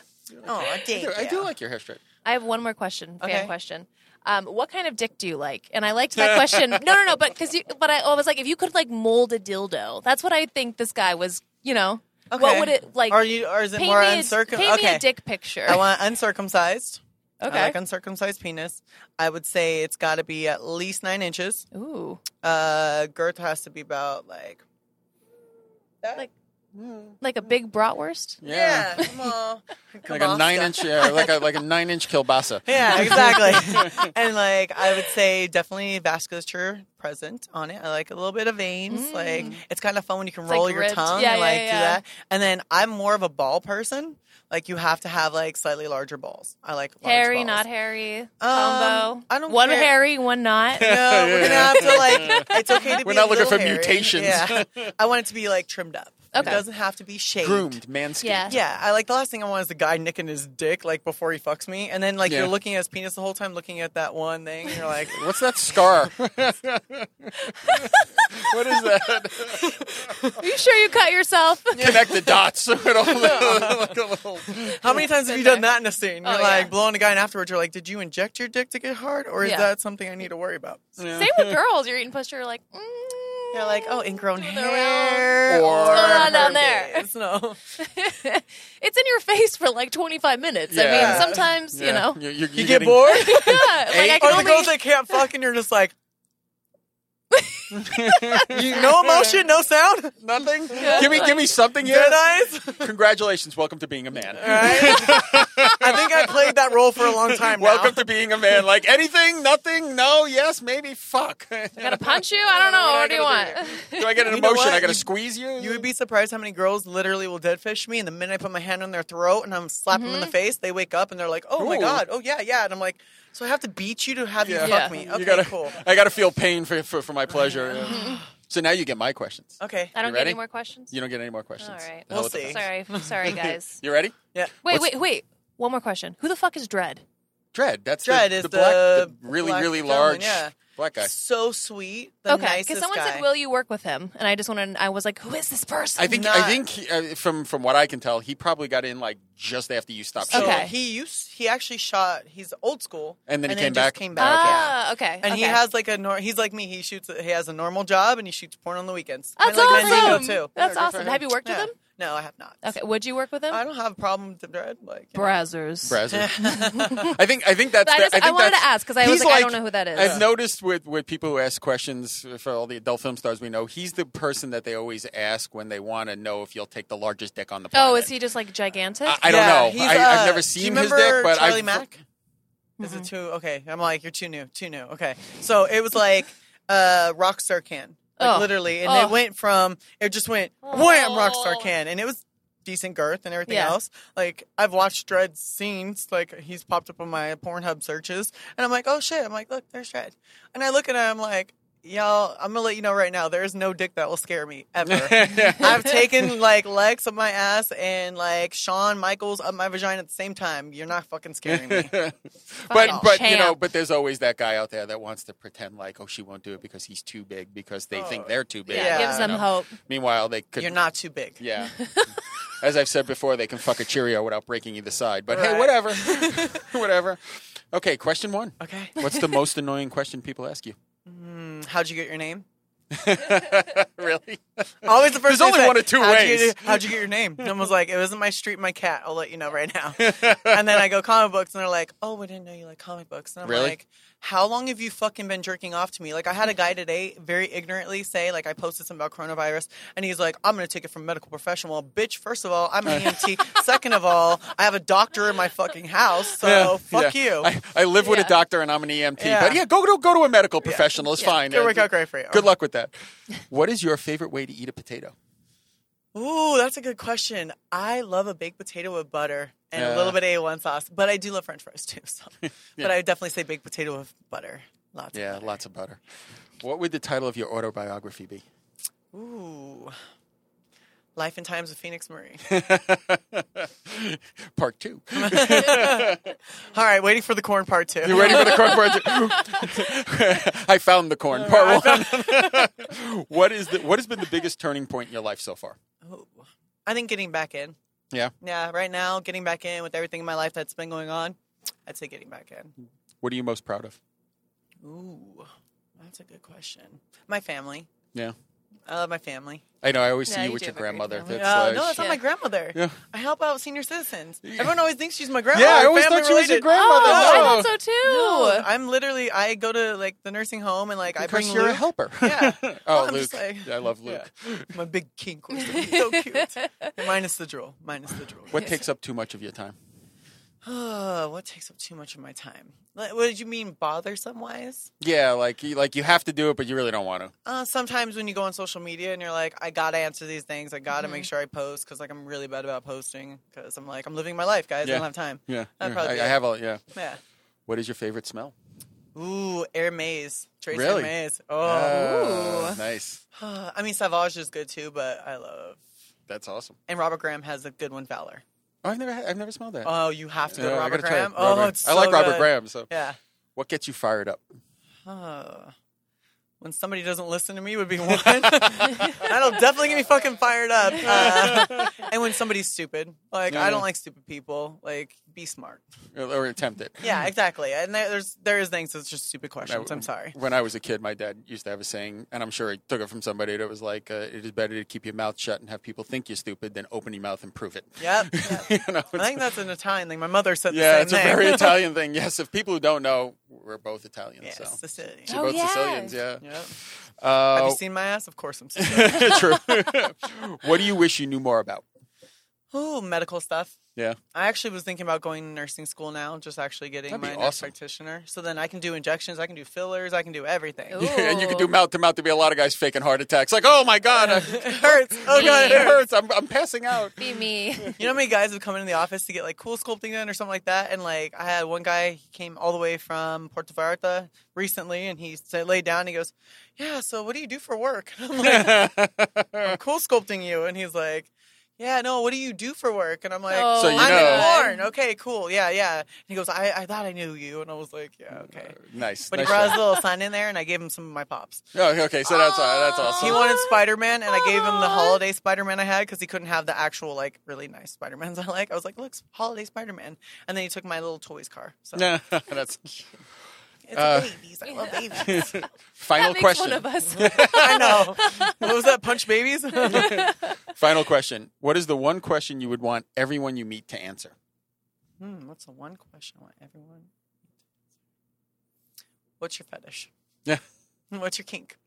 oh, I
I do,
did.
I do like your hair straight.
I have one more question, fan
Okay.
question. Um, what kind of dick do you like? And I liked that question. No, no, no, but because you, but I, I was like, if you could like mold a dildo, that's what I think this guy was. You know,
Okay.
What would it like?
Are you? Or is it
paint
more
me a-
uncircumcised?
Paint
Okay.
me a dick picture.
I want uncircumcised.
okay.
I like uncircumcised penis. I would say it's got to be at least nine inches.
Ooh.
Uh, girth has to be about like that.
Like- Like a big bratwurst.
yeah, come on,
Like a nine inch, yeah, like a like a nine inch kielbasa.
Yeah, exactly. and like I would say definitely vasculature present on it. I like a little bit of veins. Like it's kind of fun when you
Mm.
can
It's, like,
roll your
ripped.
tongue
Yeah,
and
yeah,
like
yeah.
do that. And then I'm more of a ball person. Like you have to have like slightly larger balls. I like large
Hairy,
balls. Um,
not hairy. combo.
I don't
one
care.
hairy, one not.
No, we're gonna have to like. It's okay to
We're
be.
not
a
looking for
little hairy.
mutations.
Yeah, I want it to be like trimmed up.
Okay.
it doesn't have to be shaved.
Groomed, manscaped.
Yeah.
Yeah, I like the last thing I want is the guy nicking his dick like before he fucks me, and then like
Yeah.
you're looking at his penis the whole time, looking at that one thing. And you're like,
What's that scar? what is that?
Are you sure you cut yourself?
Connect the dots. With all the- like a little-
how many times have you done that in a scene? You're
Oh,
like
yeah.
blowing a guy, and afterwards you're like, did you inject your dick to get hard, or is
Yeah.
that something I need to worry about?
Same with girls. You're eating pussy. You're like, mm,
You're like, oh, ingrown
the
hair,
round. What's
going on down there?
herpes. No,
it's in your face for like 25 minutes. I
Yeah.
mean, sometimes you
Yeah.
know,
You're- you're-
you
you're
get
getting-
bored.
yeah, like I can
Or the
only.
girls that can't fuck and you're just like, you no emotion, no sound,
Nothing. Give me, give me something.
dead
Yeah.
eyes.
Congratulations. Welcome to being a man.
Right? I think I played that role for a long time. now.
Welcome to being a man. Like anything, nothing, no, yes, maybe, fuck.
I gotta punch you. I don't know. What do you want?
Do I get an
You know
emotion?
what?
I gotta
You-
squeeze you.
You would be surprised how many girls literally will dead fish me, and the minute I put my hand on their throat and I'm slapping
Mm-hmm.
them in the face, they wake up and they're like, "Oh my
Ooh.
god, oh yeah, yeah," and I'm like, "So I have to beat you to have
Yeah.
you
Yeah.
fuck me? Okay,
You gotta,
cool.
I gotta feel pain for for, for my pleasure. Yeah. so now you get my questions.
Okay,
I don't
You
get
ready?
any more questions.
You don't get any more questions.
All right.
The hell
We'll
with the
see.
fuck.
Sorry, sorry, guys.
You ready?
yeah,
Wait,
What's-
wait, wait. One more question. Who the fuck is Dread?
Dread. That's
Dredd
the,
is
the black,
the
really
black
really
gentleman,
large
yeah.
black guy.
so sweet. The
okay,
nicest
someone
guy.
said, "Will you work with him?" And I just wanted. I was like, "Who is this person?"
I think
Not-
I think uh, from from what I can tell, he probably got in like just after you stopped.
So
shooting.
Okay.
he used he actually shot. He's old school,
And then he came
just
back?
Came back. yeah.
Ah, okay.
And he
okay.
has like a nor- he's like me. He shoots. He has a normal job and he shoots porn on the weekends.
That's
Kinda like
awesome.
Mandingo, too.
That's
Yeah, good
awesome.
for him.
Have you worked
Yeah.
with him?
No, I have not.
Okay. Would you work with him?
I don't have a problem with the dread. Like, you know.
Brazzers.
Brazzers. I think I think that's.
I
the-
just- I
think
wanted
that's-
to ask 'cause I was
he's
like, I don't know who that is.
I've
Yeah.
noticed with with people who ask questions for all the adult film stars we know, he's the person that they always ask when they want to know if you'll take the largest dick on the planet.
Oh, is he just like gigantic?
I, I don't
Oh, Yeah,
know.
he's,
I,
uh,
I've never
do you
seen his
remember
dick, but
Charlie
I
Mack. Is
Mm-hmm.
it too okay? I'm like, you're too new, too new. Okay, so it was like uh, Rockstar Can, like
Oh.
literally, and
Oh.
it went from it just went wham Rockstar Can, and it was decent girth and everything
Yeah.
else. Like I've watched Dread scenes, like he's popped up on my Pornhub searches, and I'm like, oh shit, I'm like, look, there's Dread, and I look at him, I'm like. Y'all, I'm gonna let you know right now. There is no dick that will scare me ever. I've taken like Lex up my ass and like Shawn Michaels up my vagina at the same time. You're not fucking scaring me.
Fucking
But but you know,
champ.
but there's always that guy out there that wants to pretend like, oh, she won't do it because he's too big because they
Oh,
think they're too big.
yeah,
yeah,
gives
I
them
know.
hope.
Meanwhile, they could.
You're not too big.
Yeah. As I've said before, they can fuck a Cheerio without breaking either side. But hey,
Right.
whatever, whatever. Okay, question one.
Okay.
What's the most annoying question people ask you?
How'd you get your name?
Really?
Always the
There's
first. thing
only
I
one
say,
of two
"How'd you
ways."
get- how'd you get your name? And I was like, it wasn't my street, my cat. I'll let you know right now. and then I go comic books, and they're like, oh, we didn't know you like comic books. And I'm
Really?
like, how long have you fucking been jerking off to me? Like I had a guy today very ignorantly say, like I posted something about coronavirus, and he's like, I'm gonna take it from a medical professional. Well, bitch, first of all, I'm an EMT. Second of all, I have a doctor in my fucking house, so fuck
Yeah.
you.
I, I live with a
Yeah.
doctor and I'm an EMT.
Yeah.
But yeah, go go go to a medical professional. It's fine.
It'll
Uh,
work out great for you.
Good luck with that. What is your favorite way to eat a potato?
Ooh, that's a good question. I love a baked potato with butter and
Yeah.
a little bit of A1 sauce, but I do love french fries too. So. But I would definitely say baked potato with butter. Lots
Yeah,
of butter.
lots of butter. What would the title of your autobiography be?
Ooh. Life and Times of Phoenix Marie.
Part two.
All right, waiting for the corn part two.
You ready for the corn part two? I found the corn. Part one. what is the what has been the biggest turning point in your life so far?
Ooh. I think getting back in.
Yeah.
Yeah, right now, getting back in with everything in my life that's been going on, I'd say getting back in.
What are you most proud of?
Ooh, that's a good question. My family.
Yeah.
I love my family.
I know. I always see
Yeah,
you
you
with
do
your
have a great
grandmother.
family.
That's
Uh,
like,
no, that's not
Yeah.
my grandmother.
Yeah.
I help out senior citizens. Everyone always thinks she's my grandmother.
yeah, I always
family
thought she was your
related.
grandmother.
Oh, I
No.
thought so too.
No, I'm literally. I go to like the nursing home and like I
Because
bring
you're
Luke.
a helper.
Yeah.
oh,
I'm
Luke.
just like-
Yeah, I love Luke.
my big kink was so cute. Minus the drool. Minus the drool.
What takes up too much of your time?
Oh, what takes up too much of my time? Like, What did you mean bothersome wise?
Yeah, like you, like you have to do it, but you really don't want to.
Uh, sometimes when you go on social media and you're like, I gotta answer these things. I gotta
Mm-hmm.
make sure I post because like I'm really bad about posting because I'm like I'm living my life, guys. I
Yeah.
don't have time.
Yeah, yeah,
That'd probably
I,
be
I
it.
have a yeah.
Yeah.
What is your favorite smell?
Ooh, Air Maze. Trace
Really?
Air Maze.
Ah,
Oh.
nice.
I mean, Savage is good too, but I love.
That's awesome.
And Robert Graham has a good one, Valor.
Oh, I've never had, I've never smelled that.
Oh, you have to go
Yeah,
to
I
Robert
gotta try it.
Graham. Oh,
Robert-
it's
I like
so
Robert
good.
Graham. So,
Yeah.
what gets you fired up?
Huh. When somebody doesn't listen to me would be one. That'll definitely get me fucking fired up. Uh, and when somebody's stupid, like
Yeah,
I
yeah.
don't like stupid people. Like be smart.
Or attempt it.
Yeah, exactly. And there, there's there is things that's just stupid
I-
questions. I'm sorry.
When I was a kid, my dad used to have a saying, and I'm sure he took it from somebody that was like, uh, "It is better to keep your mouth shut and have people think you're stupid than open your mouth and prove it."
Yep. yep.
you know,
I think that's an Italian thing. My mother said the
yeah,
same
it's
thing.
a very Italian thing. Yes, if people who don't know, we're both Italian.
yes,
so
Sicilian.
So
Oh,
both
yeah.
Sicilians. Yeah.
Yep. Have
Uh,
you seen my ass? Of course I'm Sicilian.
true. what do you wish you knew more about?
Ooh, medical stuff.
Yeah.
I actually was thinking about going to nursing school now, just actually getting
That'd be
my nurse
awesome.
practitioner. So then I can do injections, I can do fillers, I can do everything.
Ooh.
and you can do mouth to mouth to be a lot of guys faking heart attacks. Like, oh my god, I,
It hurts. Oh god,
it hurts. I'm, I'm passing out.
Be me.
You know how many guys would come into the office to get like cool sculpting done or something like that? And like I had one guy, he came all the way from Puerto Vallarta recently and he said laid down, he goes, Yeah, so what do you do for work? And I'm like, I'm cool sculpting you and he's like, Yeah, no, what do you do for work? And I'm like,
Oh,
So you
I'm
know.
in porn. Okay, cool. Yeah, yeah. And he goes, I, I thought I knew you and I was like, Yeah, okay.
nice.
But
nice
he brought his
shot.
little sign in there and I gave him some of my pops.
oh, okay, so that's all. That's awesome.
He wanted Spider Man, and I gave him the holiday Spider Man I had because he couldn't have the actual like really nice Spider Mans I like. I was like, "Look, holiday Spider Man," and then he took my little toys car. So
Yeah, that's
it's
Uh,
babies. I love babies.
final
that makes
question.
one of us.
I know. What was that? Punch babies.
Final question. What is the one question you would want everyone you meet to answer?
hmm, what's the one question I want everyone? What's your fetish?
Yeah,
What's your kink?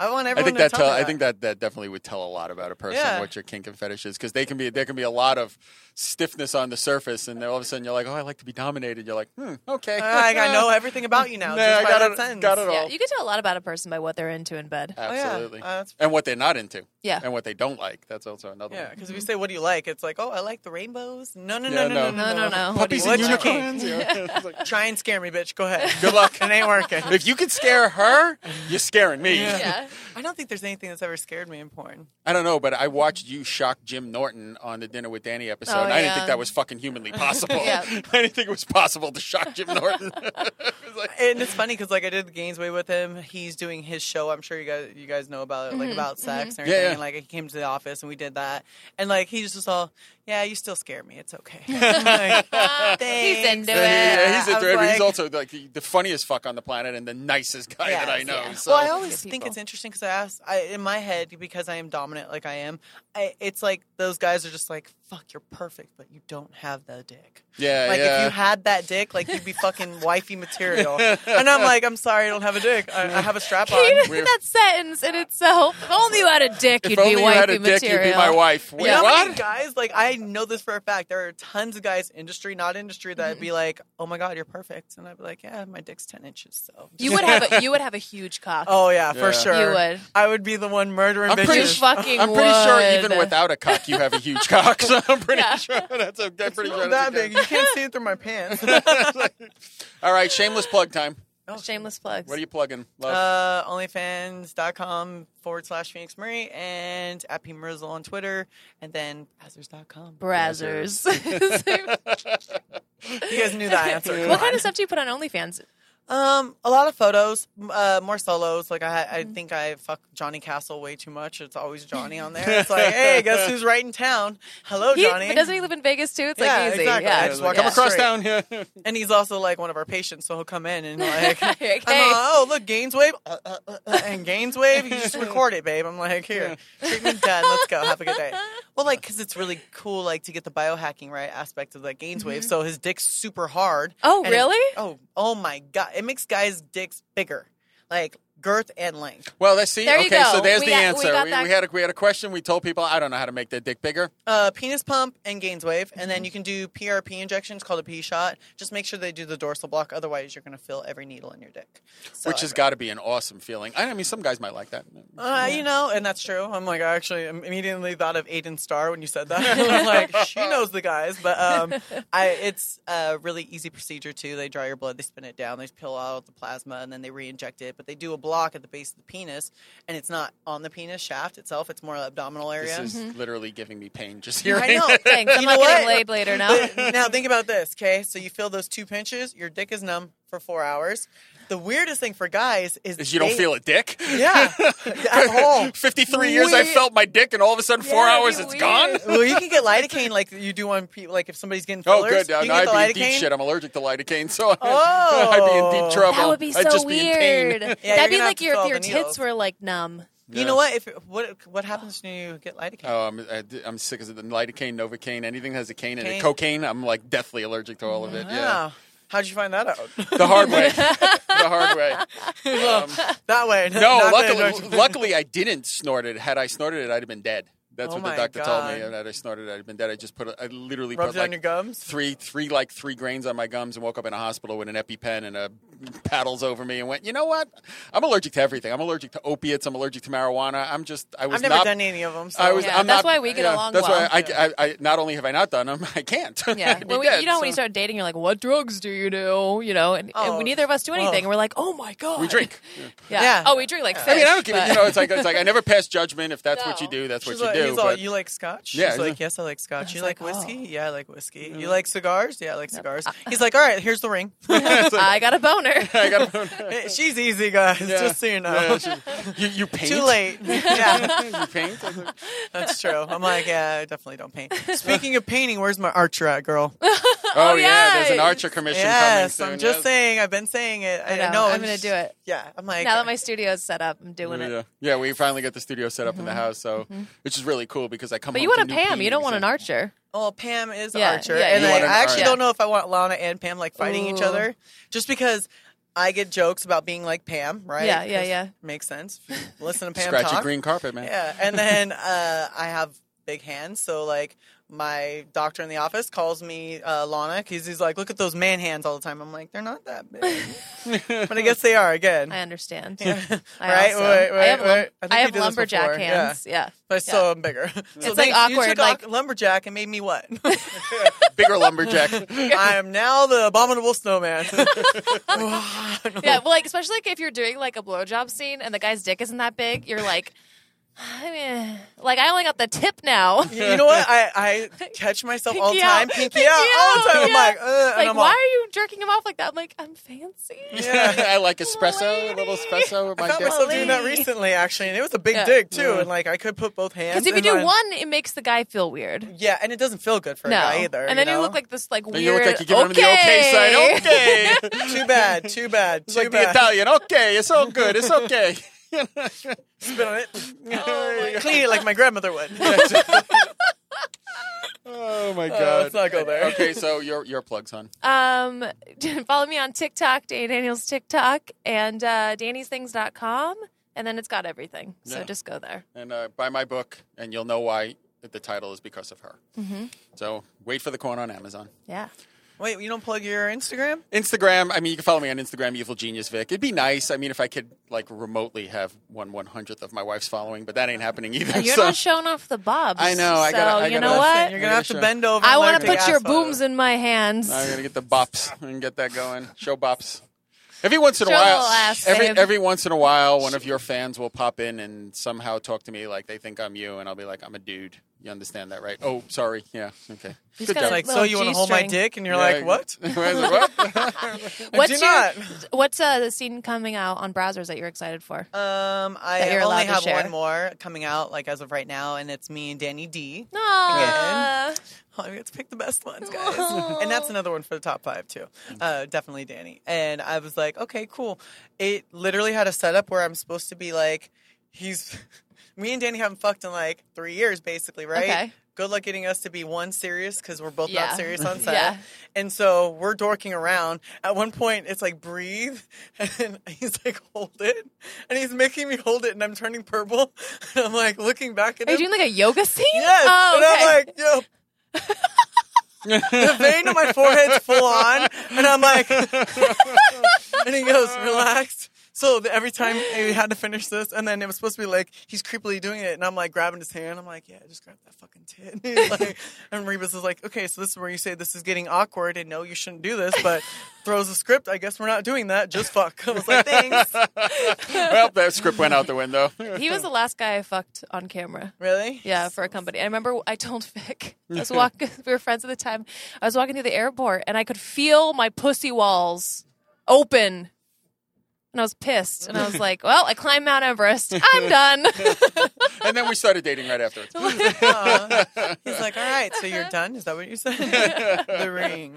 I want everyone.
I think
to
that,
tell
tell,
me
I think that that definitely would tell a lot about a person
Yeah.
what your kink and fetish is because they can be there can be a lot of stiffness on the surface and then all of a sudden you're like oh I like to be dominated you're like hmm okay
Uh, like, I know everything about you now.
Yeah,
just
I
by
got
that
it
sentence.
got it all
yeah, you can tell a lot about a person by what they're into in bed.
Oh, yeah.
absolutely
Uh, that's-
and what they're not into
Yeah.
and what they don't like that's also another
Yeah,
one
because if you say what do you like, it's like, oh, I like the rainbows. No, no,
Yeah,
no, no, no,
no.
no,
No, no, no. What do
puppies
you
and
like?
unicorns yeah. It's like,
Try and scare me, bitch. Go ahead.
good luck
it ain't working.
if you could scare her you're scaring me
Yeah.
I don't think there's anything that's ever scared me in porn.
I don't know but I watched you shock Jim Norton on the Dinner with Danny episode
Oh,
and I didn't
yeah.
think that was fucking humanly possible
Yeah.
I didn't think it was possible to shock Jim Norton It was like-
And it's funny because like I did the Gainsway with him. He's doing his show. I'm sure you guys you guys know about it,
Mm-hmm.
like about sex and
Yeah,
everything.
yeah.
And like he came to the office and we did that. And like he was just all, yeah, you still scare me. It's okay. Like,
He's
"Thanks."
into
Yeah,
it.
yeah, he's
I
into
was
it, but he's
like-
also like the, the funniest fuck on the planet and the nicest guy that I
Yes,
know.
yeah.
So
well, I always
Good
think
people.
it's interesting because I asked I, in my head because I am dominant, like I am. I, it's like those guys are just like, "Fuck, you're perfect, but you don't have the dick."
yeah,
Like
yeah.
if you had that dick, like you'd be fucking wifey material. And I'm like, I'm sorry, I don't have a dick. I, I have a strap on.
He-
We're-
that sentence in itself. If only you had a dick,
If
you'd
only
be
you had
wifey
a
material.
dick, you'd be my wife. Wait,
You know how many
what?
guys, like I know this for a fact. There are tons of guys, industry, not industry, that'd
Mm-hmm.
be like, "Oh my god, you're perfect," and I'd be like, "Yeah, my dick's ten inches." So,
You would have a you would have a huge cock.
oh yeah,
Yeah.
for sure,
You would.
I would be the one murdering
I'm
bitches.
pretty
you
sh-
fucking
I'm pretty sure
would.
even without a cock, you have a huge cock. So I'm pretty
Yeah.
sure that's a, I'm pretty sure that's
Not that
a good-
big. You can't see it through my pants.
All right, shameless plug time.
shameless plugs.
What are you plugging? Love?
Uh, OnlyFans.com forward slash Phoenix Murray and at P. Mrizzle on Twitter and then Brazzers.com.
Brazzers.
You guys knew that answer.
what kind of stuff do you put on OnlyFans?
Um, a lot of photos, m- uh, more solos. Like I,
Mm.
I think I fuck Johnny Castle way too much. It's always Johnny on there. It's like, hey, guess who's right in town? Hello,
He,
Johnny.
but doesn't he live in Vegas too? It's
Yeah,
like easy.
exactly.
Yeah,
I just walk
yeah.
Come across
Straight.
down here.
and he's also like one of our patients, so he'll come in and like, I'm
Okay.
like, oh look, Gaines Wave uh, uh, uh, uh, and Gaines Wave. You just record it, babe. I'm like, here, treatment done. Let's go. Have a good day. Well, like, because it's really cool, like to get the biohacking right aspect of like Gaines Wave. So his dick's super hard.
Mm-hmm. Oh,
and it-
really?
oh, oh my god, it makes guys' dicks bigger, like girth and length.
Well, let's see.
There you
okay,
go.
so there's
We
the
got- we
answer.
got
We,
that-
we had a, we had a question. We told people I don't know how to make their dick bigger.
Uh, penis pump and Gaines Wave, and
Mm-hmm.
then you can do PRP injections called a P shot. Just make sure they do the dorsal block, otherwise you're gonna feel every needle in your dick. So
which
I
has got to be an awesome feeling. I I mean, some guys might like that.
Uh, You know, and that's true. I'm like, I actually im- immediately thought of Aiden Starr when you said that. I'm like, she knows the guys, but um, I, it's a really easy procedure too. They draw your blood, they spin it down, they peel out the plasma, and then they re-inject it. But they do a block at the base of the penis, and it's not on the penis shaft itself. It's more abdominal area.
This is
Mm-hmm.
literally giving me pain just
I
hearing.
know.
Thanks. I'm
You
not
know
getting
what?
laid later now.
But now think about this, okay? So you feel those two pinches, your dick is numb for four hours. The weirdest thing for guys is
Is you don't
they-
feel a dick.
Yeah, at all.
53 years I
We-
felt my dick, and all of a sudden, four
Yeah,
hours,
it'd be
it's gone.
weird.
well, you can get lidocaine like you do on people. Like if somebody's getting
Oh,
fillers,
good.
you
Now,
can
now
get
I'd
the
be in
lidocaine.
deep shit. I'm allergic to lidocaine, so
Oh.
I'd be in deep trouble.
That would be so
I'd just be in
weird.
pain.
you're
That'd be
gonna have
like
to
your,
fill
your
the
tits
needles.
were like numb.
Yeah.
You know what? If what what happens when you get lidocaine?
Oh, I'm, I, I'm sick as the lidocaine, novocaine, anything that has a cane in it.
Cane.
Cocaine, I'm like deathly allergic to all of it. Yeah,
Wow. How'd you find that out?
the hard way. the hard way.
that way.
Um, No,
not the
luckily,
injection.
luckily I didn't snort it. Had I snorted it, I'd have been dead. That's
Oh
what the
my
doctor told me.
God.
Had I snorted, it, I'd have been dead. I just put, a, I literally
Rubbed
put
it on
like
your gums?
three, three, like three grains on my gums, and woke up in a hospital with an EpiPen and a paddles over me, and went, you know what? I'm allergic to everything. I'm allergic to opiates. I'm allergic to marijuana. I'm just, I was
I've never
not.
done any of them. So.
I was.
Yeah,
I'm
that's
not-
why we get
yeah,
along
That's
well.
why I, I, I. Not only have I not done them, I can't.
Yeah.
I'd be
When we,
dead,
you know,
so.
when you start dating, you're like, what drugs do you do? You know, and, and
Oh.
we, neither of us do anything.
Oh.
And we're like, oh my God.
we drink.
Yeah.
Yeah.
Oh, we drink like fish.
I mean, I don't give.
but-
a- You know, it's like it's like I never pass judgment. If that's what
No.
you do, that's
She's
what
like,
you do.
he's all,
but-
you like scotch?
Yeah,
She's
he's
like,
like-
yes, I like scotch. You like,
like, oh. Mm-hmm.
whiskey? Yeah, I like whiskey. You like cigars? Yeah, I like cigars. He's like, all right, here's the ring.
I got a boner.
I gotta-
She's easy, guys. Just so you know.
Yeah, she- you, you paint.
Too late. Yeah.
you paint. I was like,
That's true. I'm like, yeah, I definitely don't paint. Speaking of painting, where's my archer at, girl?
Oh, yeah, there's an
yes.
Archer commission coming
yes,
soon.
I'm just
yes.
saying. I've been saying it. I,
know,
know.
I'm gonna do it.
Yeah, I'm like,
now that my studio's set up, I'm doing
Yeah,
it. Mm-hmm.
yeah, we finally got the studio set up in the house, so which is really cool because I come.
But
home
you want
to
a
new
Pam. You don't want an
paintings
Archer.
well, Pam is
Yeah,
archer,
yeah,
and
you
I,
want an
I actually
archer.
don't know if I want Lana and Pam like fighting each
Ooh.
other, just because I get jokes about being like Pam, right?
Yeah, yeah,
'Cause
yeah.
Makes sense. If you Listen to
and
Pam
Scratchy
talk.
green carpet, man.
Yeah, and then uh, I have big hands, so like my doctor in the office calls me uh, Lana because he's like, "Look at those man hands all the time." I'm like, "They're not that big," but I guess they are again.
I understand. I
right?
also-
Wait, wait,
I have, lum-
wait. I think
I
we
have
did this
lumberjack
before.
hands.
Yeah.
Yeah.
But still, I'm bigger. So
like
thanks. You
awkward,
took
like-
au- lumberjack and made me what?
Bigger lumberjack.
I am now the abominable snowman.
Yeah, well, like especially like if you're doing like a blowjob scene and the guy's dick isn't that big, you're like, I mean, like I only got the tip now.
you, you know what? I, I catch myself all the
Pinky out.
time, pinky
Pinky
out, all the
out.
time.
Yeah.
I'm like, uh,
like,
and I'm
why
all,
are you jerking him off like that? I'm like, I'm fancy.
I like espresso, a little espresso with
I
my
found
dick.
myself doing that
Golly.
recently, actually, and it was a big
Yeah.
dig too.
Mm.
And like, I could put both hands.
Because if you
in
do
mine.
one, it makes the guy feel weird.
yeah, and it doesn't feel good for
No,
a guy either.
and then you,
know?
look like this like
And
weird.
you look like you're giving him the
okay.
okay side. Okay,
too bad, too bad,
it's
too
like the
bad.
Italian. Okay, it's all good. It's okay.
Spit on it,
Oh my-
clean it like my grandmother would.
oh my god.
let's not go there.
Okay, so your your plugs on.
Um, follow me on TikTok, Danny Daniels TikTok, and uh, Danny'sThings.com, and then it's got everything. So
Yeah.
just go there.
and uh, buy my book, and you'll know why the title is because of her.
Mm-hmm.
So wait for the corn on Amazon.
Yeah.
Wait, you don't plug your Instagram?
Instagram. I mean, you can follow me on Instagram, Evil Genius Vic. It'd be nice. I mean, if I could like remotely have one one hundredth of my wife's following, but that ain't happening either.
You're
so
not showing off the bobs.
I know, I
so
gotta- I
you
gotta-
know what?
Listen,
You're
I'm
gonna
gonna
have to
show-
bend over.
I
and
want
let
to
her
put
take
your
ass photos.
booms in my hands.
I'm gonna get the bops and get that going. Show bops. Every once in a
Show a
while,
little ass,
every
babe.
every once in a while, one of your fans will pop in and somehow talk to me like they think I'm you, and I'll be like, I'm a dude. You understand that, right? Oh, sorry. Yeah. Okay.
He's
Good
got a
job.
Like, so
little
you want to hold my
G-string.
dick? And you're
Yeah,
like, what?
what?
What's
do
your
not.
what's uh, the scene coming out on browsers that you're excited
Oh.
for?
Um,
That
I
you're allowed
only
to
have
share.
one more coming out, like as of right now, and it's me and Danny D.
Aw.
Oh, I get to pick the best ones, guys. and that's another one for the top five too. Uh, definitely Danny. And I was like, okay, cool. It literally had a setup where I'm supposed to be like, he's me and Danny haven't fucked in like three years, basically, right?
Okay.
Good luck getting us to be one serious because we're both
Yeah.
not serious on set.
Yeah.
And so we're dorking around. At one point, it's like, breathe. And he's like, hold it. And he's making me hold it. And I'm turning purple. And I'm like, looking back at
Are you
him.
doing like a yoga scene?
Yes.
Oh, okay.
And I'm like, yo. the vein in my forehead's full on. And I'm like, and he goes, relax. So the, every time we had to finish this, and then it was supposed to be like, he's creepily doing it. And I'm like, grabbing his hand. I'm like, yeah, just grab that fucking tit. And, he's like, and Rebus is like, okay, so this is where you say this is getting awkward. And no, you shouldn't do this, but throws the script. I guess we're not doing that. Just fuck. I was like, thanks.
well, that script went out the window.
He was the last guy I fucked on camera.
Really?
Yeah, for a company. I remember I told Vic, I was walking, we were friends at the time. I was walking through the airport and I could feel my pussy walls open. And I was pissed. And I was like, well, I climbed Mount Everest. I'm done.
and then we started dating right afterwards.
Aw. He's like, all right, so you're done? Is that what you said? the ring.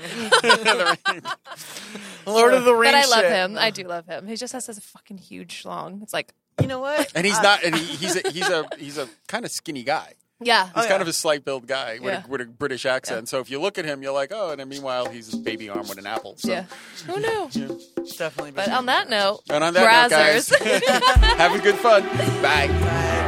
Lord of the Rings.
but I love
shit.
him. I do love him. He just has this fucking huge schlong. It's like,
You know what?
And he's not. And he, he's a, he's a he's a kind of skinny guy.
yeah.
He's
Oh,
kind
yeah.
of a slight build guy with,
Yeah.
a, with a British accent. So if you look at him, you're like, oh. And then meanwhile, he's a baby arm with an apple. So.
yeah. Who knew?
Definitely.
But on that note,
And on that note,
Brazzers.
guys, have a good fun. Bye.
Bye.